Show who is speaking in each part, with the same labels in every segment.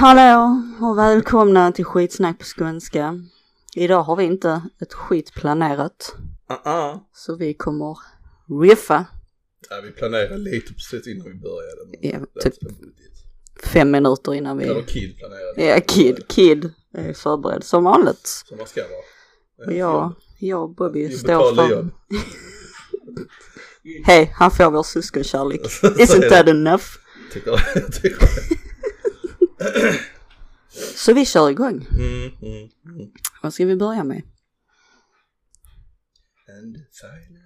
Speaker 1: Hallå och välkomna till skitsnack på skånska. Idag har vi inte ett skit planerat,
Speaker 2: Uh-uh.
Speaker 1: så vi kommer riffa
Speaker 2: Ja, vi planerade lite precis innan vi började. men
Speaker 1: Ja,
Speaker 2: det
Speaker 1: typ.
Speaker 2: var budget.
Speaker 1: fem minuter innan
Speaker 2: Eller
Speaker 1: vi...
Speaker 2: Kid planerade.
Speaker 1: Ja, Kid, Kid är förberedd som vanligt.
Speaker 2: Som man ska vara.
Speaker 1: Och jag, jag och Bobby
Speaker 2: Vi
Speaker 1: står
Speaker 2: betalar
Speaker 1: för...
Speaker 2: jobb.
Speaker 1: Hej, han får vår syskonkärlek. Isn't that enough?
Speaker 2: Tycker jag. Tycker jag.
Speaker 1: Så vi kör igång.
Speaker 2: Mm, mm, mm.
Speaker 1: Vad ska vi börja med?
Speaker 2: And silence.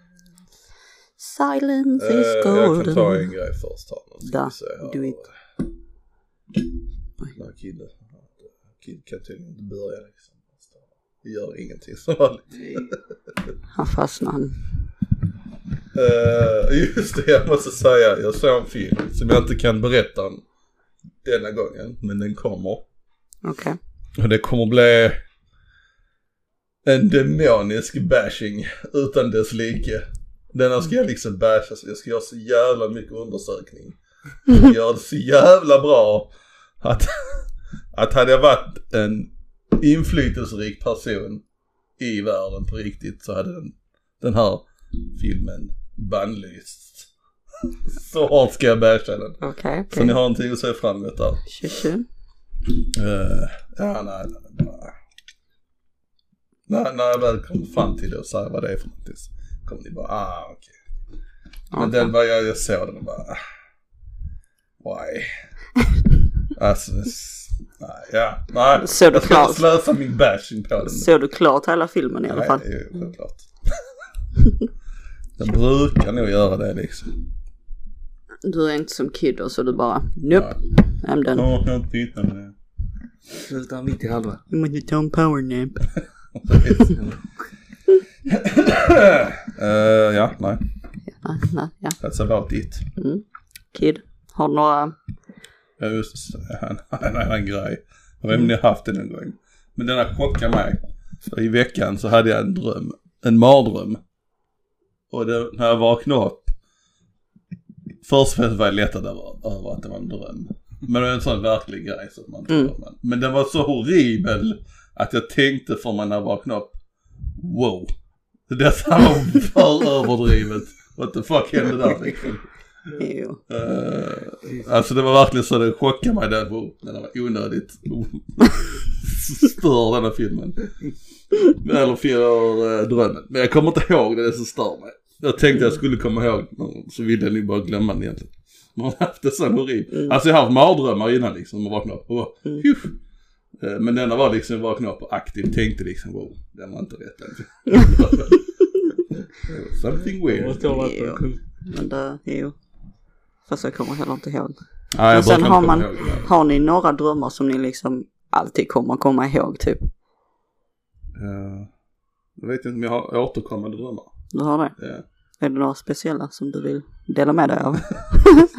Speaker 1: Silence
Speaker 2: Eh,
Speaker 1: is
Speaker 2: jag kan ta en
Speaker 1: golden.
Speaker 2: grej först här. Nu ska
Speaker 1: Da,
Speaker 2: vi se här.
Speaker 1: do it.
Speaker 2: Den här killen. Kid kan tydligen inte börja liksom. Vi gör ingenting som vanligt.
Speaker 1: Han fastnar. han.
Speaker 2: Eh, just det, jag måste säga. Jag såg en film som jag inte kan berätta om denna gången, men den kommer.
Speaker 1: Okej.
Speaker 2: Och det kommer bli en demonisk bashing utan dess like. Denna ska jag liksom basha, så jag ska göra så jävla mycket undersökning. Jag ska göra det så jävla bra att, att hade jag varit en inflytelserik person i världen på riktigt så hade den, den här filmen bannlysts. Så hårt ska jag basha den.
Speaker 1: Okej,
Speaker 2: Så ni
Speaker 1: okej.
Speaker 2: har någonting att se fram emot där.
Speaker 1: Tjo-tjo.
Speaker 2: Eh, ja, nej, nej, nej. När, när jag väl kom fram till det och sa vad det är för någonting så kom ni bara, ah okej. Men
Speaker 1: Okej.
Speaker 2: den var jag, jag såg den och bara, ah, why? alltså, s- nej, ja, nej.
Speaker 1: Så du
Speaker 2: jag ska
Speaker 1: klart.
Speaker 2: inte slösa min bashing på den.
Speaker 1: Såg du klart hela filmen i alla fall?
Speaker 2: Nej, jo, självklart. jag brukar nog göra det liksom.
Speaker 1: Du är inte som Kid och så du bara Nope, I'm done.
Speaker 2: Jag orkar inte titta med det.
Speaker 3: Sluta mitt i halva.
Speaker 1: Jag måste ta en powernap.
Speaker 2: Eh, ja, nej.
Speaker 1: Ja, nej, ja.
Speaker 2: That's about it.
Speaker 1: Kid, har du några...
Speaker 2: Ja just det, en, en annan grej. Jag vet inte om ni har haft det någon gång. Men denna chockade mig. För i veckan så hade jag en dröm, en mardröm. Och det, när jag vaknade upp. Först och främst var jag lättad över, över att det var en dröm. Men det är en sån verklig grej så att man
Speaker 1: Mm.
Speaker 2: tror man. Men den var så horribel att jag tänkte för mig när jag vaknade upp. Wow. Detta var för överdrivet. What the fuck hände där liksom?
Speaker 1: Jo.
Speaker 2: Eh, alltså det var verkligen så det chockade mig där. Wow, Den var onödigt stör den här filmen. Eller för eh, drömmen. Men jag kommer inte ihåg det, det som stör mig. Jag tänkte jag skulle komma ihåg men så ville jag nog bara glömma den egentligen. Man har haft det så horribelt.
Speaker 3: Mm.
Speaker 2: Alltså jag har haft mardrömmar innan liksom och vaknat upp och bara, "Huff." Eh, Men denna var liksom vaknade upp och aktivt tänkte liksom wow, den var inte rätt.
Speaker 3: Mm.
Speaker 2: Something
Speaker 3: Jag
Speaker 2: weird.
Speaker 3: måste ha varit på kung.
Speaker 1: Men det, jo. Fast jag kommer heller inte ihåg.
Speaker 2: Nej,
Speaker 1: Men
Speaker 2: jag
Speaker 1: sen
Speaker 2: brukar
Speaker 1: har
Speaker 2: inte
Speaker 1: man,
Speaker 2: komma ihåg det.
Speaker 1: har ni några drömmar som ni liksom alltid kommer komma ihåg typ?
Speaker 2: Eh, Jag vet inte om jag har återkommande drömmar.
Speaker 1: Du har det?
Speaker 2: Ja.
Speaker 1: Är det några speciella som du vill dela med dig av?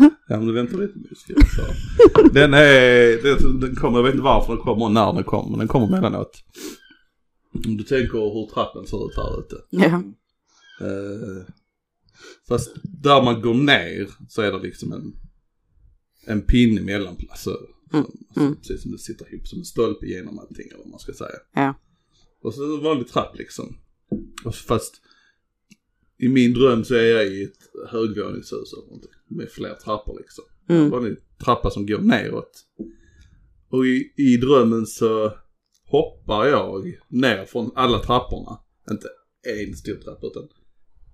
Speaker 2: Ja, men du väntar lite nu ska jag säga. Den är, den, den kommer, jag vet inte varför den kommer och när den kommer, men den kommer mellanåt. Om du tänker hur trappen ser ut här ute.
Speaker 1: ja.
Speaker 2: Eh, fast där man går ner så är det liksom en, en pinne mellan, alltså,
Speaker 1: Mm,
Speaker 2: som,
Speaker 1: mm.
Speaker 2: precis som det sitter ihop som en stolpe genom allting eller vad man ska säga.
Speaker 1: Ja.
Speaker 2: Och så en vanlig trapp liksom. Och så fast i min dröm så är jag i ett högvåningshus eller någonting, med fler trappor liksom.
Speaker 1: Mm.
Speaker 2: vanlig trappa som går neråt. Och i, i drömmen så hoppar jag ner från alla trapporna. Inte en stor trappa utan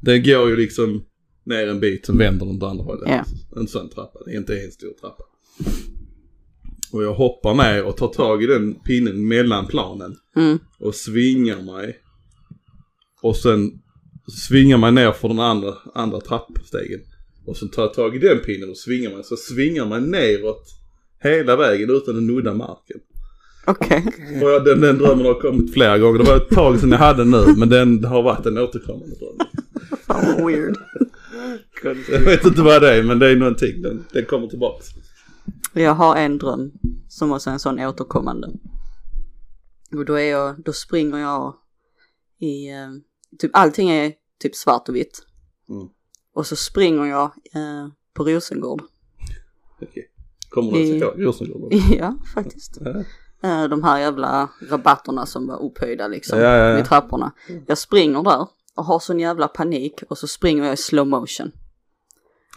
Speaker 2: den går ju liksom ner en bit som vänder den åt andra hållet.
Speaker 1: Ja.
Speaker 2: En sån trappa, det är inte en stor trappa. Och jag hoppar ner och tar tag i den pinnen mellan planen
Speaker 1: Mm.
Speaker 2: och svingar mig. Och sen svingar mig ner för den andra, andra trappstegen. Och sen tar jag tag i den pinnen och svingar mig. Så svingar man neråt hela vägen utan att nudda marken.
Speaker 1: Okej.
Speaker 2: Och jag, den, den drömmen har kommit flera gånger. Det var ett tag sedan jag hade den nu men den har varit en återkommande dröm.
Speaker 1: Fan vad weird.
Speaker 2: Jag vet inte vad det är men det är någonting. Den, den kommer tillbaks.
Speaker 1: Jag har en dröm som också är en sån återkommande. Och då är jag, då springer jag i, eh, typ allting är typ svart och vitt.
Speaker 2: Mm.
Speaker 1: Och så springer jag eh, på Rosengård.
Speaker 2: Okej. Kommer du ens
Speaker 1: I-
Speaker 2: ihåg Rosengården?
Speaker 1: Ja, faktiskt.
Speaker 2: Ja.
Speaker 1: Eh, De här jävla rabatterna som var upphöjda liksom
Speaker 2: Ja, ja, ja.
Speaker 1: vid trapporna. Jag springer där och har sån jävla panik och så springer jag i slow motion.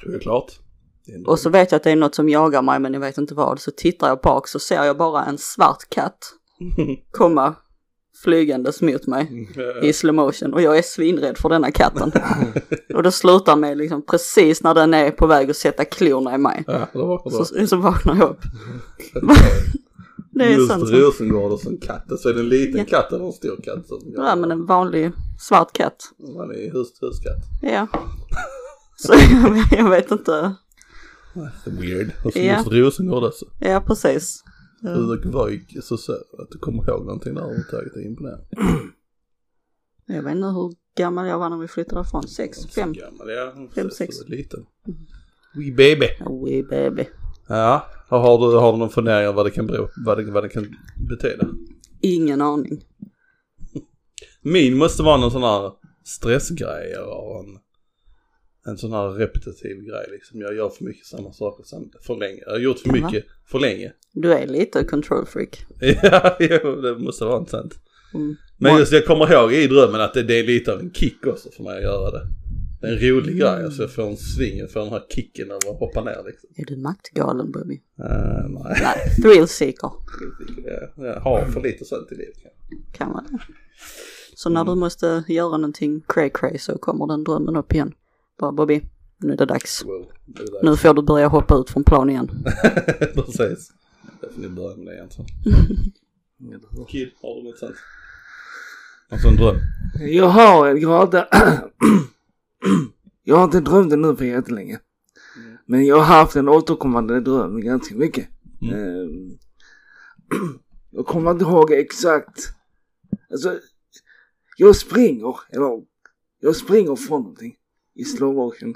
Speaker 2: Det är klart. Det är en dröm.
Speaker 1: Och så vet jag att det är något som jagar mig men jag vet inte vad. Så tittar jag bak så ser jag bara en svart katt komma flygandes mot mig i slow motion och jag är svinrädd för denna katten. och det slutar med liksom precis när den är på väg att sätta klorna i mig.
Speaker 2: Ja, då vaknar du.
Speaker 1: Så, så vaknar jag upp. det är
Speaker 2: Just
Speaker 1: sånt som-
Speaker 2: Rosengården som katt, så är det en liten katt eller en stor katt? Som
Speaker 1: Ja men en vanlig svart katt.
Speaker 2: Man är hus, huskatt.
Speaker 1: Ja. Så jag vet, jag vet inte.
Speaker 2: Weird. Och så
Speaker 1: Ja.
Speaker 2: just Rosengård alltså.
Speaker 1: Ja precis. Ja.
Speaker 2: Hur var ju så så att du kommer ihåg någonting där överhuvudtaget, det är imponerande.
Speaker 1: Jag vet inte hur gammal jag var när vi flyttade ifrån. Sex, fem.
Speaker 2: Så Gammal, ja.
Speaker 1: Fem,
Speaker 2: Så-
Speaker 1: sex.
Speaker 2: så Liten. Mm. Wee baby.
Speaker 1: Oj baby.
Speaker 2: Ja, och har du, har du någon fundering om vad det kan bero, vad det, vad det kan betyda?
Speaker 1: Ingen aning.
Speaker 2: Min måste vara någon sån här stressgrej eller en, en sån här repetitiv grej liksom. Jag gör för mycket samma saker sam- för länge. Jag har gjort för
Speaker 1: Ja, va?
Speaker 2: mycket för länge.
Speaker 1: Du är lite control freak.
Speaker 2: Ja, jo, det måste vara sant.
Speaker 1: Mm.
Speaker 2: Men just jag kommer ihåg i drömmen att det, det är lite av en kick också för mig att göra det. Det är en rolig grej, alltså jag får en sving, jag får den här kicken när man hoppar ner liksom.
Speaker 1: Är du maktgalen Bobby?
Speaker 2: Eh, nej,
Speaker 1: Nej, thrill seeker
Speaker 2: jag, jag har för lite sånt i livet kanske.
Speaker 1: kan man det. Så när du måste göra någonting cray cray så kommer den drömmen upp igen. Bara Bobby, nu är det dags.
Speaker 2: Wow, det är
Speaker 1: Nu får du börja hoppa ut från plan igen.
Speaker 2: dags. Precis. Därför får ni börja med det egentligen.
Speaker 3: Eller hur?
Speaker 2: Kid, har du något sånt? Alltså en dröm?
Speaker 3: Jag har, jag har inte, jag har inte drömt den nu på jättelänge. Men jag har haft en återkommande dröm ganska mycket.
Speaker 2: Mm.
Speaker 3: Ehm, jag kommer inte ihåg exakt. Alltså, jag springer, eller jag springer från någonting i slowmotion.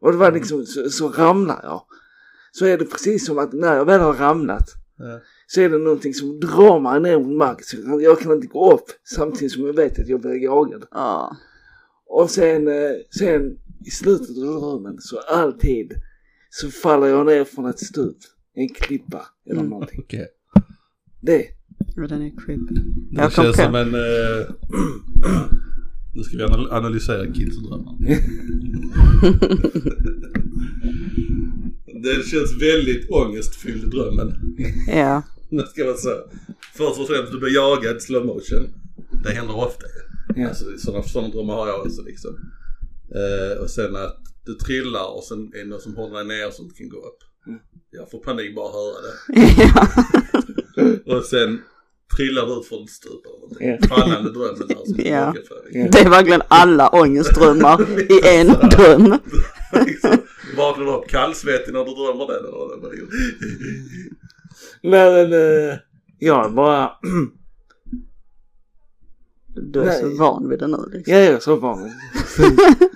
Speaker 3: Och det var liksom, så, så ramlar jag. Så är det precis som att när jag väl har ramlat
Speaker 2: Ja.
Speaker 3: så är det någonting som drar mig ner mot marken. Så jag- jag kan inte gå upp samtidigt som jag vet att jag blir jagad.
Speaker 1: Ja,
Speaker 3: Och sen, eh, sen i slutet av drömmen så alltid så faller jag ner från ett stup, en klippa eller
Speaker 1: Mm.
Speaker 3: någonting.
Speaker 2: Okej.
Speaker 3: Det.
Speaker 1: men den är creepy.
Speaker 2: Det
Speaker 1: Jag kom
Speaker 2: känns
Speaker 1: på-
Speaker 2: som en... eh, Nu ska vi anal- analysera Kids drömmar. det känns väldigt ångestfylld drömmen.
Speaker 1: Ja,
Speaker 2: Det ska vara så. Först och främst, du blir jagad slow motion. Det händer ofta ju.
Speaker 3: Ja.
Speaker 2: Alltså sådana, sådana drömmar har jag också liksom. Eh, och sen att du trillar och sen är det någon som håller dig ner så du kan gå upp.
Speaker 3: Mm.
Speaker 2: Jag får panik bara att höra det.
Speaker 1: ja,
Speaker 2: Och sen trillar du ut från ett stup eller någonting.
Speaker 3: Ja.
Speaker 2: Fallande drömmen där som
Speaker 1: Ja.
Speaker 2: yeah. för dig.
Speaker 3: Ja.
Speaker 1: det är verkligen alla ångestdrömmar i en dröm.
Speaker 2: Liksom, Vaknar du upp kallsvettig när du drömmer den eller vad det var.
Speaker 3: Nej, men, eh, jag bara,
Speaker 1: Du är så
Speaker 3: Nej.
Speaker 1: van vid det nu liksom.
Speaker 3: jag är så van.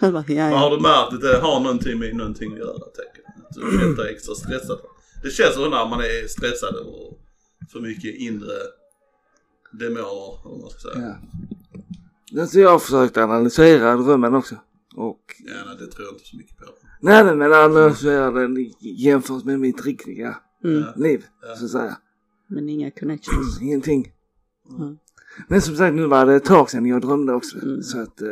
Speaker 1: Jag bara, Ja,
Speaker 2: Men
Speaker 1: ja.
Speaker 2: Har du märkt att det har någonting med någonting att göra? Tänker jag. Att du känner dig extra stressad. Det känns så när man är stressad eller för mycket inre demoner eller vad man ska säga.
Speaker 3: Ja. Alltså jag har försökt analysera drömmen också. Och
Speaker 2: Ja, nej, det tror jag inte så mycket på.
Speaker 3: Nej, nej men analysera den i- jämfört med mitt riktiga
Speaker 1: Mm.
Speaker 3: liv.
Speaker 2: Ja.
Speaker 3: Så att säga.
Speaker 1: Men inga connections.
Speaker 3: Ingenting.
Speaker 1: Mm.
Speaker 3: Men som sagt, nu var det ett tag sedan jag drömde också.
Speaker 1: Mm.
Speaker 3: Så att eh,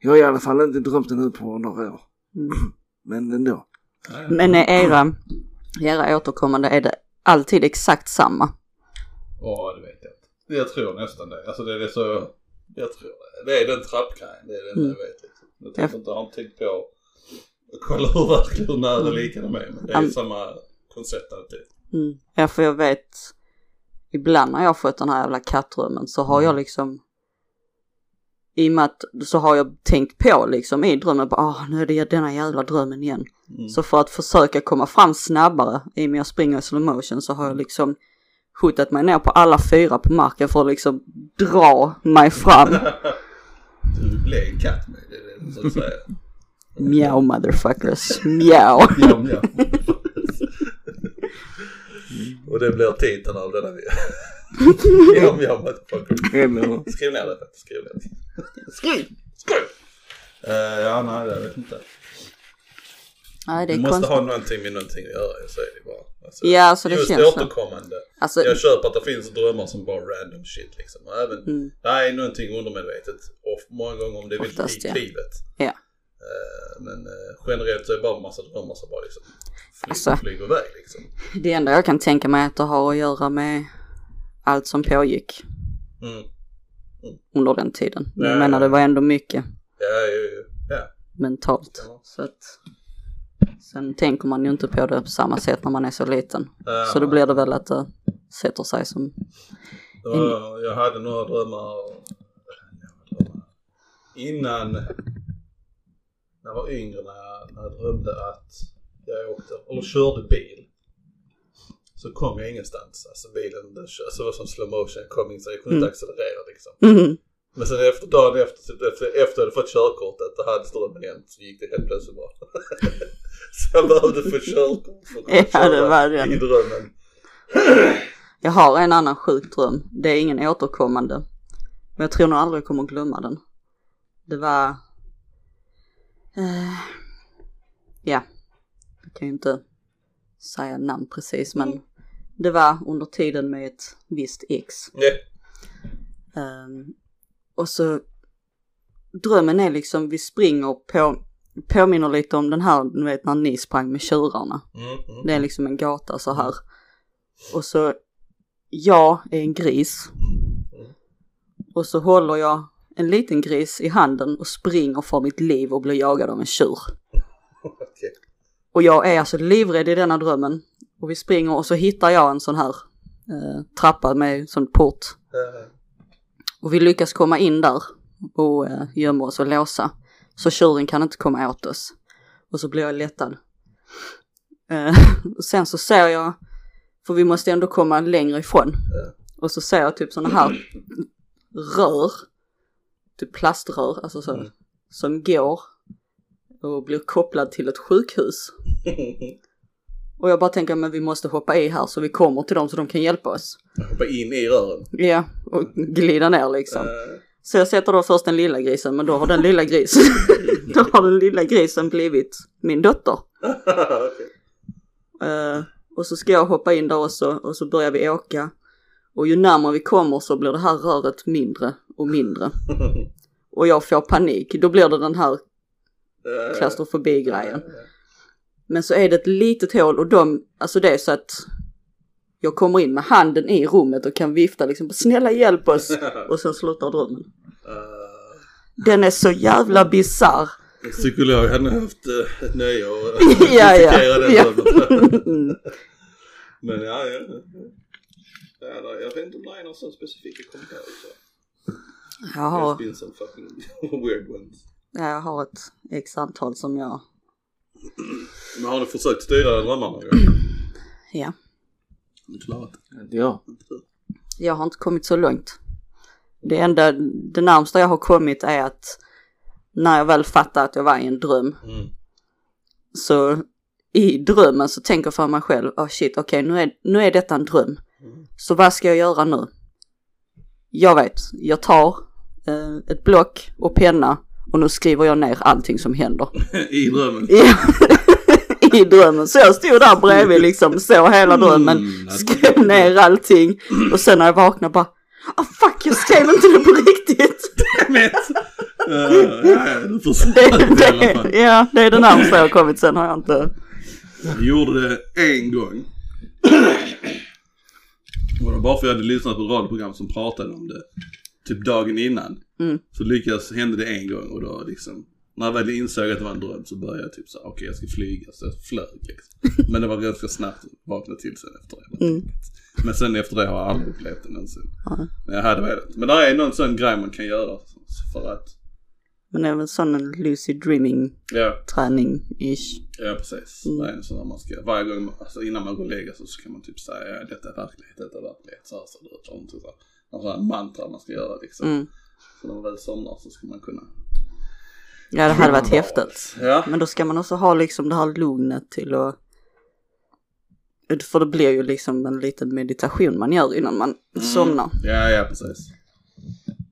Speaker 3: jag har i alla fall inte drömt den nu på några år.
Speaker 1: Mm.
Speaker 3: Men ändå.
Speaker 2: Nej.
Speaker 1: Men är era, era återkommande är det alltid exakt samma.
Speaker 2: Ja, det vet jag inte. Jag tror nästan det. Alltså det är så... Jag tror det. Det är den trappgrejen. Det är den
Speaker 1: Mm.
Speaker 2: jag vet. Liksom. Jag tänker inte, jag har inte tänkt på att kolla hur verkligen hur nära lika de är. Men det är ju
Speaker 1: Am-
Speaker 2: samma koncept alltid.
Speaker 1: Mm. Ja, för jag vet ibland när jag har fått den här jävla kattdrömmen så har jag liksom i och med att så har jag tänkt på liksom i drömmen bara ah nu är det denna jävla drömmen igen.
Speaker 2: Mm.
Speaker 1: Så för att försöka komma fram snabbare i och med att jag springer i slow motion så har jag liksom skjutit mig ner på alla fyra på marken för att liksom dra mig fram.
Speaker 2: Du blev en katt med det, är det så att säga.
Speaker 1: Mjau motherfuckers, mjau.
Speaker 2: Ja, ja.
Speaker 1: Mm.
Speaker 2: Och det blir titeln av denna video. Ja, ja, motherfucker.
Speaker 3: Eller,
Speaker 2: Skriv ner det Petter, skriv ner det.
Speaker 1: Skriv!
Speaker 2: Eh, ja, nej, jag vet inte.
Speaker 1: Nej, det
Speaker 2: Du
Speaker 1: är
Speaker 2: måste
Speaker 1: konstigt.
Speaker 2: ha någonting med någonting att göra, så är det bara. Alltså,
Speaker 1: Ja, så det
Speaker 2: just
Speaker 1: känns så.
Speaker 2: återkommande.
Speaker 1: Alltså,
Speaker 2: Jag köper att det finns drömmar som bara random shit liksom. Och även,
Speaker 1: Mm.
Speaker 2: det här är någonting undermedvetet. Och många gånger om det är väldigt
Speaker 1: Oftast,
Speaker 2: likt
Speaker 1: ja.
Speaker 2: livet.
Speaker 1: Ja.
Speaker 2: Eh, Men eh, generellt så är det bara en massa drömmar som bara liksom flyger,
Speaker 1: Alltså.
Speaker 2: flyger iväg liksom.
Speaker 1: det enda jag kan tänka mig är att det har att göra med allt som pågick
Speaker 2: Mm.
Speaker 1: under den tiden. Men
Speaker 2: Ja,
Speaker 1: jag menar,
Speaker 2: ja,
Speaker 1: det var ändå mycket
Speaker 2: Ja, ju, ju. ja.
Speaker 1: mentalt.
Speaker 2: Ja.
Speaker 1: Så att, sen tänker man ju inte på det på samma sätt när man är så liten.
Speaker 2: Ja.
Speaker 1: Så då blir det väl att det sätter sig som...
Speaker 2: Det var- Jag hade några drömmar, några drömmar. innan när jag var yngre när jag, när jag drömde att jag åkte, eller körde bil. Så kom jag ingenstans. Alltså bilen, den kör, så det var som slow motion, jag kom inte, jag kunde
Speaker 1: Mm.
Speaker 2: inte accelerera liksom.
Speaker 1: Mhm.
Speaker 2: Men sen efter dagen efter, typ efter, efter jag hade fått körkortet, då hade strömmen hänt, så gick det helt plötsligt bra. så jag behövde få körkort för att kunna
Speaker 1: Ja, det
Speaker 2: köra
Speaker 1: var det.
Speaker 2: i drömmen.
Speaker 1: Jag har en annan sjuk dröm. Det är ingen återkommande. Men jag tror nog aldrig jag kommer glömma den. Det var... Eh, ja, jag kan ju inte säga namn precis men det var under tiden med ett visst ex.
Speaker 2: Nej.
Speaker 1: Ehm, och så drömmen är liksom vi springer på, påminner lite om den här, du vet när ni sprang med tjurarna.
Speaker 2: Mm, mm.
Speaker 1: Det är liksom en gata så här. Och så, jag är en gris. Och så håller jag en liten gris i handen och springer för mitt liv och blir jagad av en tjur.
Speaker 2: Okej.
Speaker 1: Och jag är alltså livrädd i denna drömmen. Och vi springer och så hittar jag en sån här eh, trappa med sån port.
Speaker 2: Eh,
Speaker 1: Och vi lyckas komma in där och eh, gömma oss och låsa. Så tjuren kan inte komma åt oss. Och så blir jag lättad. Eh, och sen så ser jag, för vi måste ändå komma längre ifrån. Och så ser jag typ sådana här rör, typ plaströr, alltså så, som går och blir kopplad till ett sjukhus. Och jag bara tänker, men vi måste hoppa i här så vi kommer till dem så de kan hjälpa oss.
Speaker 2: Hoppa in i rören.
Speaker 1: Ja, och glida ner liksom.
Speaker 2: Eh,
Speaker 1: Så jag sätter då först den lilla grisen, men då har den lilla grisen, då har den lilla grisen blivit min dotter.
Speaker 2: Okej.
Speaker 1: Eh, och så ska jag hoppa in där också och så börjar vi åka. Och ju närmare vi kommer så blir det här röret mindre och mindre. Och jag får panik, då blir det den här
Speaker 2: Eh,
Speaker 1: klaustrofobi-grejen. Men så är det ett litet hål och de, alltså det är så att jag kommer in med handen i rummet och kan vifta liksom, snälla hjälp oss. Och sen slutar drömmen.
Speaker 2: eh,
Speaker 1: Den är så jävla bisarr.
Speaker 2: en Psykolog hade haft eh, ett nöje att
Speaker 1: Ja, ja.
Speaker 2: dissekera den
Speaker 1: Ja.
Speaker 2: drömmen.
Speaker 1: Mm.
Speaker 2: Men ja, ja. ja där, jag vet inte om det är någon sån specifik jag kommer ihåg. så.
Speaker 1: Jag
Speaker 2: Det
Speaker 1: har,
Speaker 2: har been some fucking weird ones.
Speaker 1: ja, jag har ett x antal som jag,
Speaker 2: Men har du försökt styra drömmarna någon
Speaker 1: Mm.
Speaker 2: gång?
Speaker 1: ja,
Speaker 2: Klart.
Speaker 3: Ja.
Speaker 1: jag har inte kommit så långt. Det enda, det närmsta jag har kommit är att när jag väl fattar att jag var i en dröm
Speaker 2: Mm.
Speaker 1: så i drömmen så tänker jag för mig själv, ah shit, okej nu, är, nu är detta en dröm. Så vad ska jag göra nu? Jag vet, jag tar eh, ett block och penna och nu skriver jag ner allting som händer.
Speaker 2: I drömmen.
Speaker 1: Ja, i drömmen. Så jag stod där bredvid liksom, så hela drömmen,
Speaker 2: Mm, att-
Speaker 1: skrev ner allting och sen när jag vaknade bara Ah fuck, jag skrev inte det på riktigt!
Speaker 2: Eh, ja, ja, du försökte i alla fall.
Speaker 1: Det, ja, det är det närmsta jag har kommit, sen har jag inte...
Speaker 2: Jag gjorde det en gång. Och det var bara för jag hade lyssnat på ett radioprogram som pratade om det. Typ dagen innan.
Speaker 1: Mm.
Speaker 2: Så lyckas, hände det en gång och då liksom. När jag väl insåg att det var en dröm så började jag typ så här, okej jag ska flyga. Så jag flög liksom. Men det var ganska snabbt att vakna till sen efter det.
Speaker 1: Mm.
Speaker 2: Men sen efter det har jag aldrig upplevt det någonsin.
Speaker 1: Ja.
Speaker 2: Men jag hade velat. Men det är någon sån grej man kan göra för att,
Speaker 1: Men det är väl sån en lucid dreaming
Speaker 2: ja.
Speaker 1: träning ish.
Speaker 2: Ja precis.
Speaker 1: Mm.
Speaker 2: Det är en sån där man ska, varje gång, alltså innan man går och lägger sig så kan man typ säga ja, detta är verklighet, detta är verklighet, så här ser det ut. Och så här. En sån här mantra man ska göra liksom.
Speaker 1: Mm.
Speaker 2: Så när man väl somnar så ska man kunna.
Speaker 1: Ja, det hade varit häftigt.
Speaker 2: Ja.
Speaker 1: Men då ska man också ha liksom det här lugnet till att... För det blir ju liksom en liten
Speaker 2: Mm.
Speaker 1: meditation man gör innan man somnar.
Speaker 2: Ja, ja precis.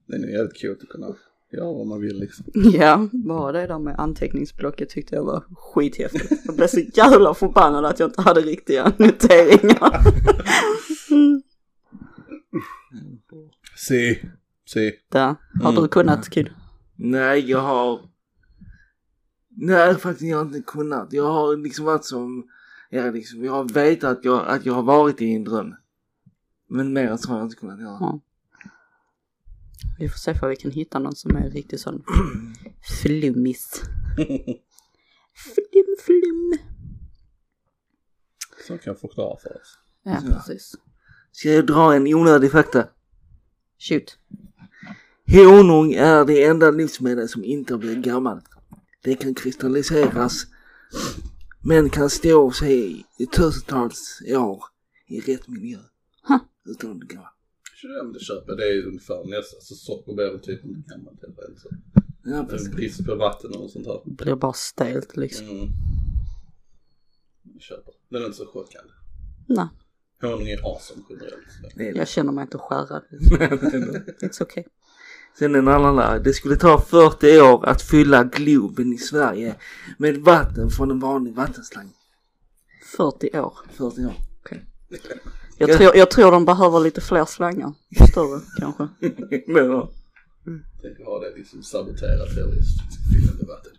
Speaker 2: Det är nog jävligt coolt att kunna Gör vad man vill liksom.
Speaker 1: Ja, bara det där med anteckningsblocket tyckte jag var skithäftigt. Jag blev så jävla förbannad att jag inte hade riktiga noteringar.
Speaker 2: Se, se.
Speaker 1: Där, har du
Speaker 2: Mm.
Speaker 1: kunnat Kid?
Speaker 3: Nej, jag har... Nej, faktiskt jag har inte kunnat. Jag har liksom varit som... Ja, liksom, jag har vetat att jag, att jag har varit i en dröm. Men mer än så har jag inte kunnat göra.
Speaker 1: Vi får se om vi kan hitta någon som är riktigt sån flummis. Flum, flum.
Speaker 2: Som kan förklara för oss.
Speaker 1: Ja,
Speaker 3: Ja.
Speaker 1: precis.
Speaker 3: Ska jag dra en onödig fakta?
Speaker 1: Shoot.
Speaker 3: Honung är det enda livsmedel som inte blir gammalt. Det kan kristalliseras men kan stå sig i tusentals år i rätt miljö.
Speaker 1: Ha.
Speaker 3: Utan att bli gammal.
Speaker 2: Ja, men det köper det är ungefär nästa. Så socker blir väl typ inte gammalt helt enkelt. så.
Speaker 3: Ja,
Speaker 2: Det är
Speaker 3: precis.
Speaker 2: Brist på vatten och sånt här.
Speaker 1: Blir bara stelt liksom.
Speaker 2: Mm. Jag Köper. Den är inte så chockande.
Speaker 1: Nej,
Speaker 2: Honung är awesome generellt. så.
Speaker 3: Det är det.
Speaker 1: jag känner mig inte skärrad. It's okay.
Speaker 3: Sen en annan där. Det skulle ta 40 år att fylla Globen i Sverige med vatten från en vanlig vattenslang.
Speaker 1: 40 år.
Speaker 3: 40 år. Ja.
Speaker 1: Jag tror, jag tror de behöver lite fler slangar. Större kanske.
Speaker 3: Men, ja.
Speaker 2: Tänk att ha det liksom saboterat terrorist. Fylla med vatten.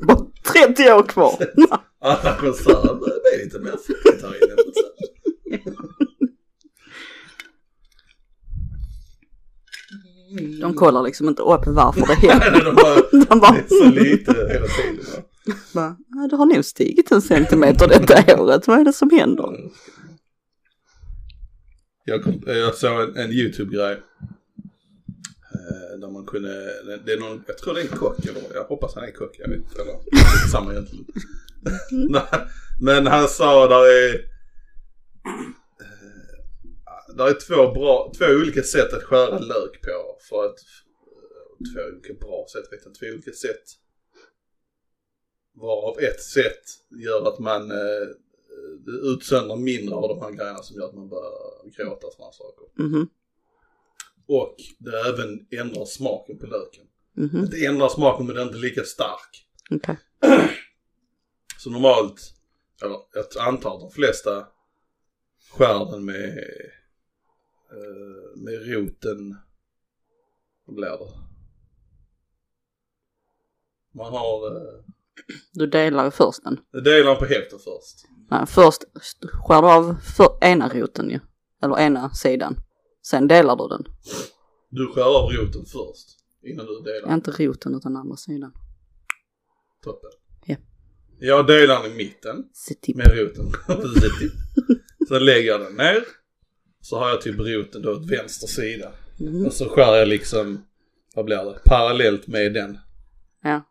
Speaker 1: Bara 30 år kvar.
Speaker 2: Alla konserter det är lite mer fuktigt här inne. men så.
Speaker 1: De kollar liksom inte upp varför det händer.
Speaker 2: De bara,
Speaker 1: De
Speaker 2: det
Speaker 1: bara,
Speaker 2: är så lite hela tiden. va.
Speaker 1: bara "Ja, du har nog stigit en centimeter detta året. Vad är det som händer?
Speaker 2: Jag, kom, jag såg en, en YouTube-grej. Eh, där man kunde, det är någon, jag tror det är en kock, eller jag hoppas han är kock, jag vet inte, eller samma egentligen. Nej, Men han sa där är, eh, där är två, bra, två olika sätt att skära lök på för att, två olika bra sätt, vet jag, två olika sätt. Varav ett sätt gör att man eh, det utsöndrar mindre av de här grejerna som gör att man börjar gråta och sådana saker.
Speaker 1: Mhm,
Speaker 2: Och det även ändrar smaken på löken.
Speaker 1: mhm,
Speaker 2: Det ändrar smaken men den är inte lika stark.
Speaker 1: okej.
Speaker 2: Så normalt, eller jag antar att de flesta skär den med, eh, med roten, vad blir det? Man har, eh,
Speaker 1: Du delar ju först den.
Speaker 2: det delar man på hälften först.
Speaker 1: Nej, först skär du av för ena roten ju. Eller ena sidan. Sen delar du den.
Speaker 2: Du skär av roten först innan du delar.
Speaker 1: Inte roten utan andra sidan.
Speaker 2: Toppen.
Speaker 1: Ja.
Speaker 2: Jag delar den i mitten
Speaker 1: Se till.
Speaker 2: med roten. Precis, typ. Sen lägger jag den ner. Så har jag typ roten då åt vänster sida.
Speaker 1: Mhm,
Speaker 2: Och så skär jag liksom, vad blir det, parallellt med den.
Speaker 1: Ja.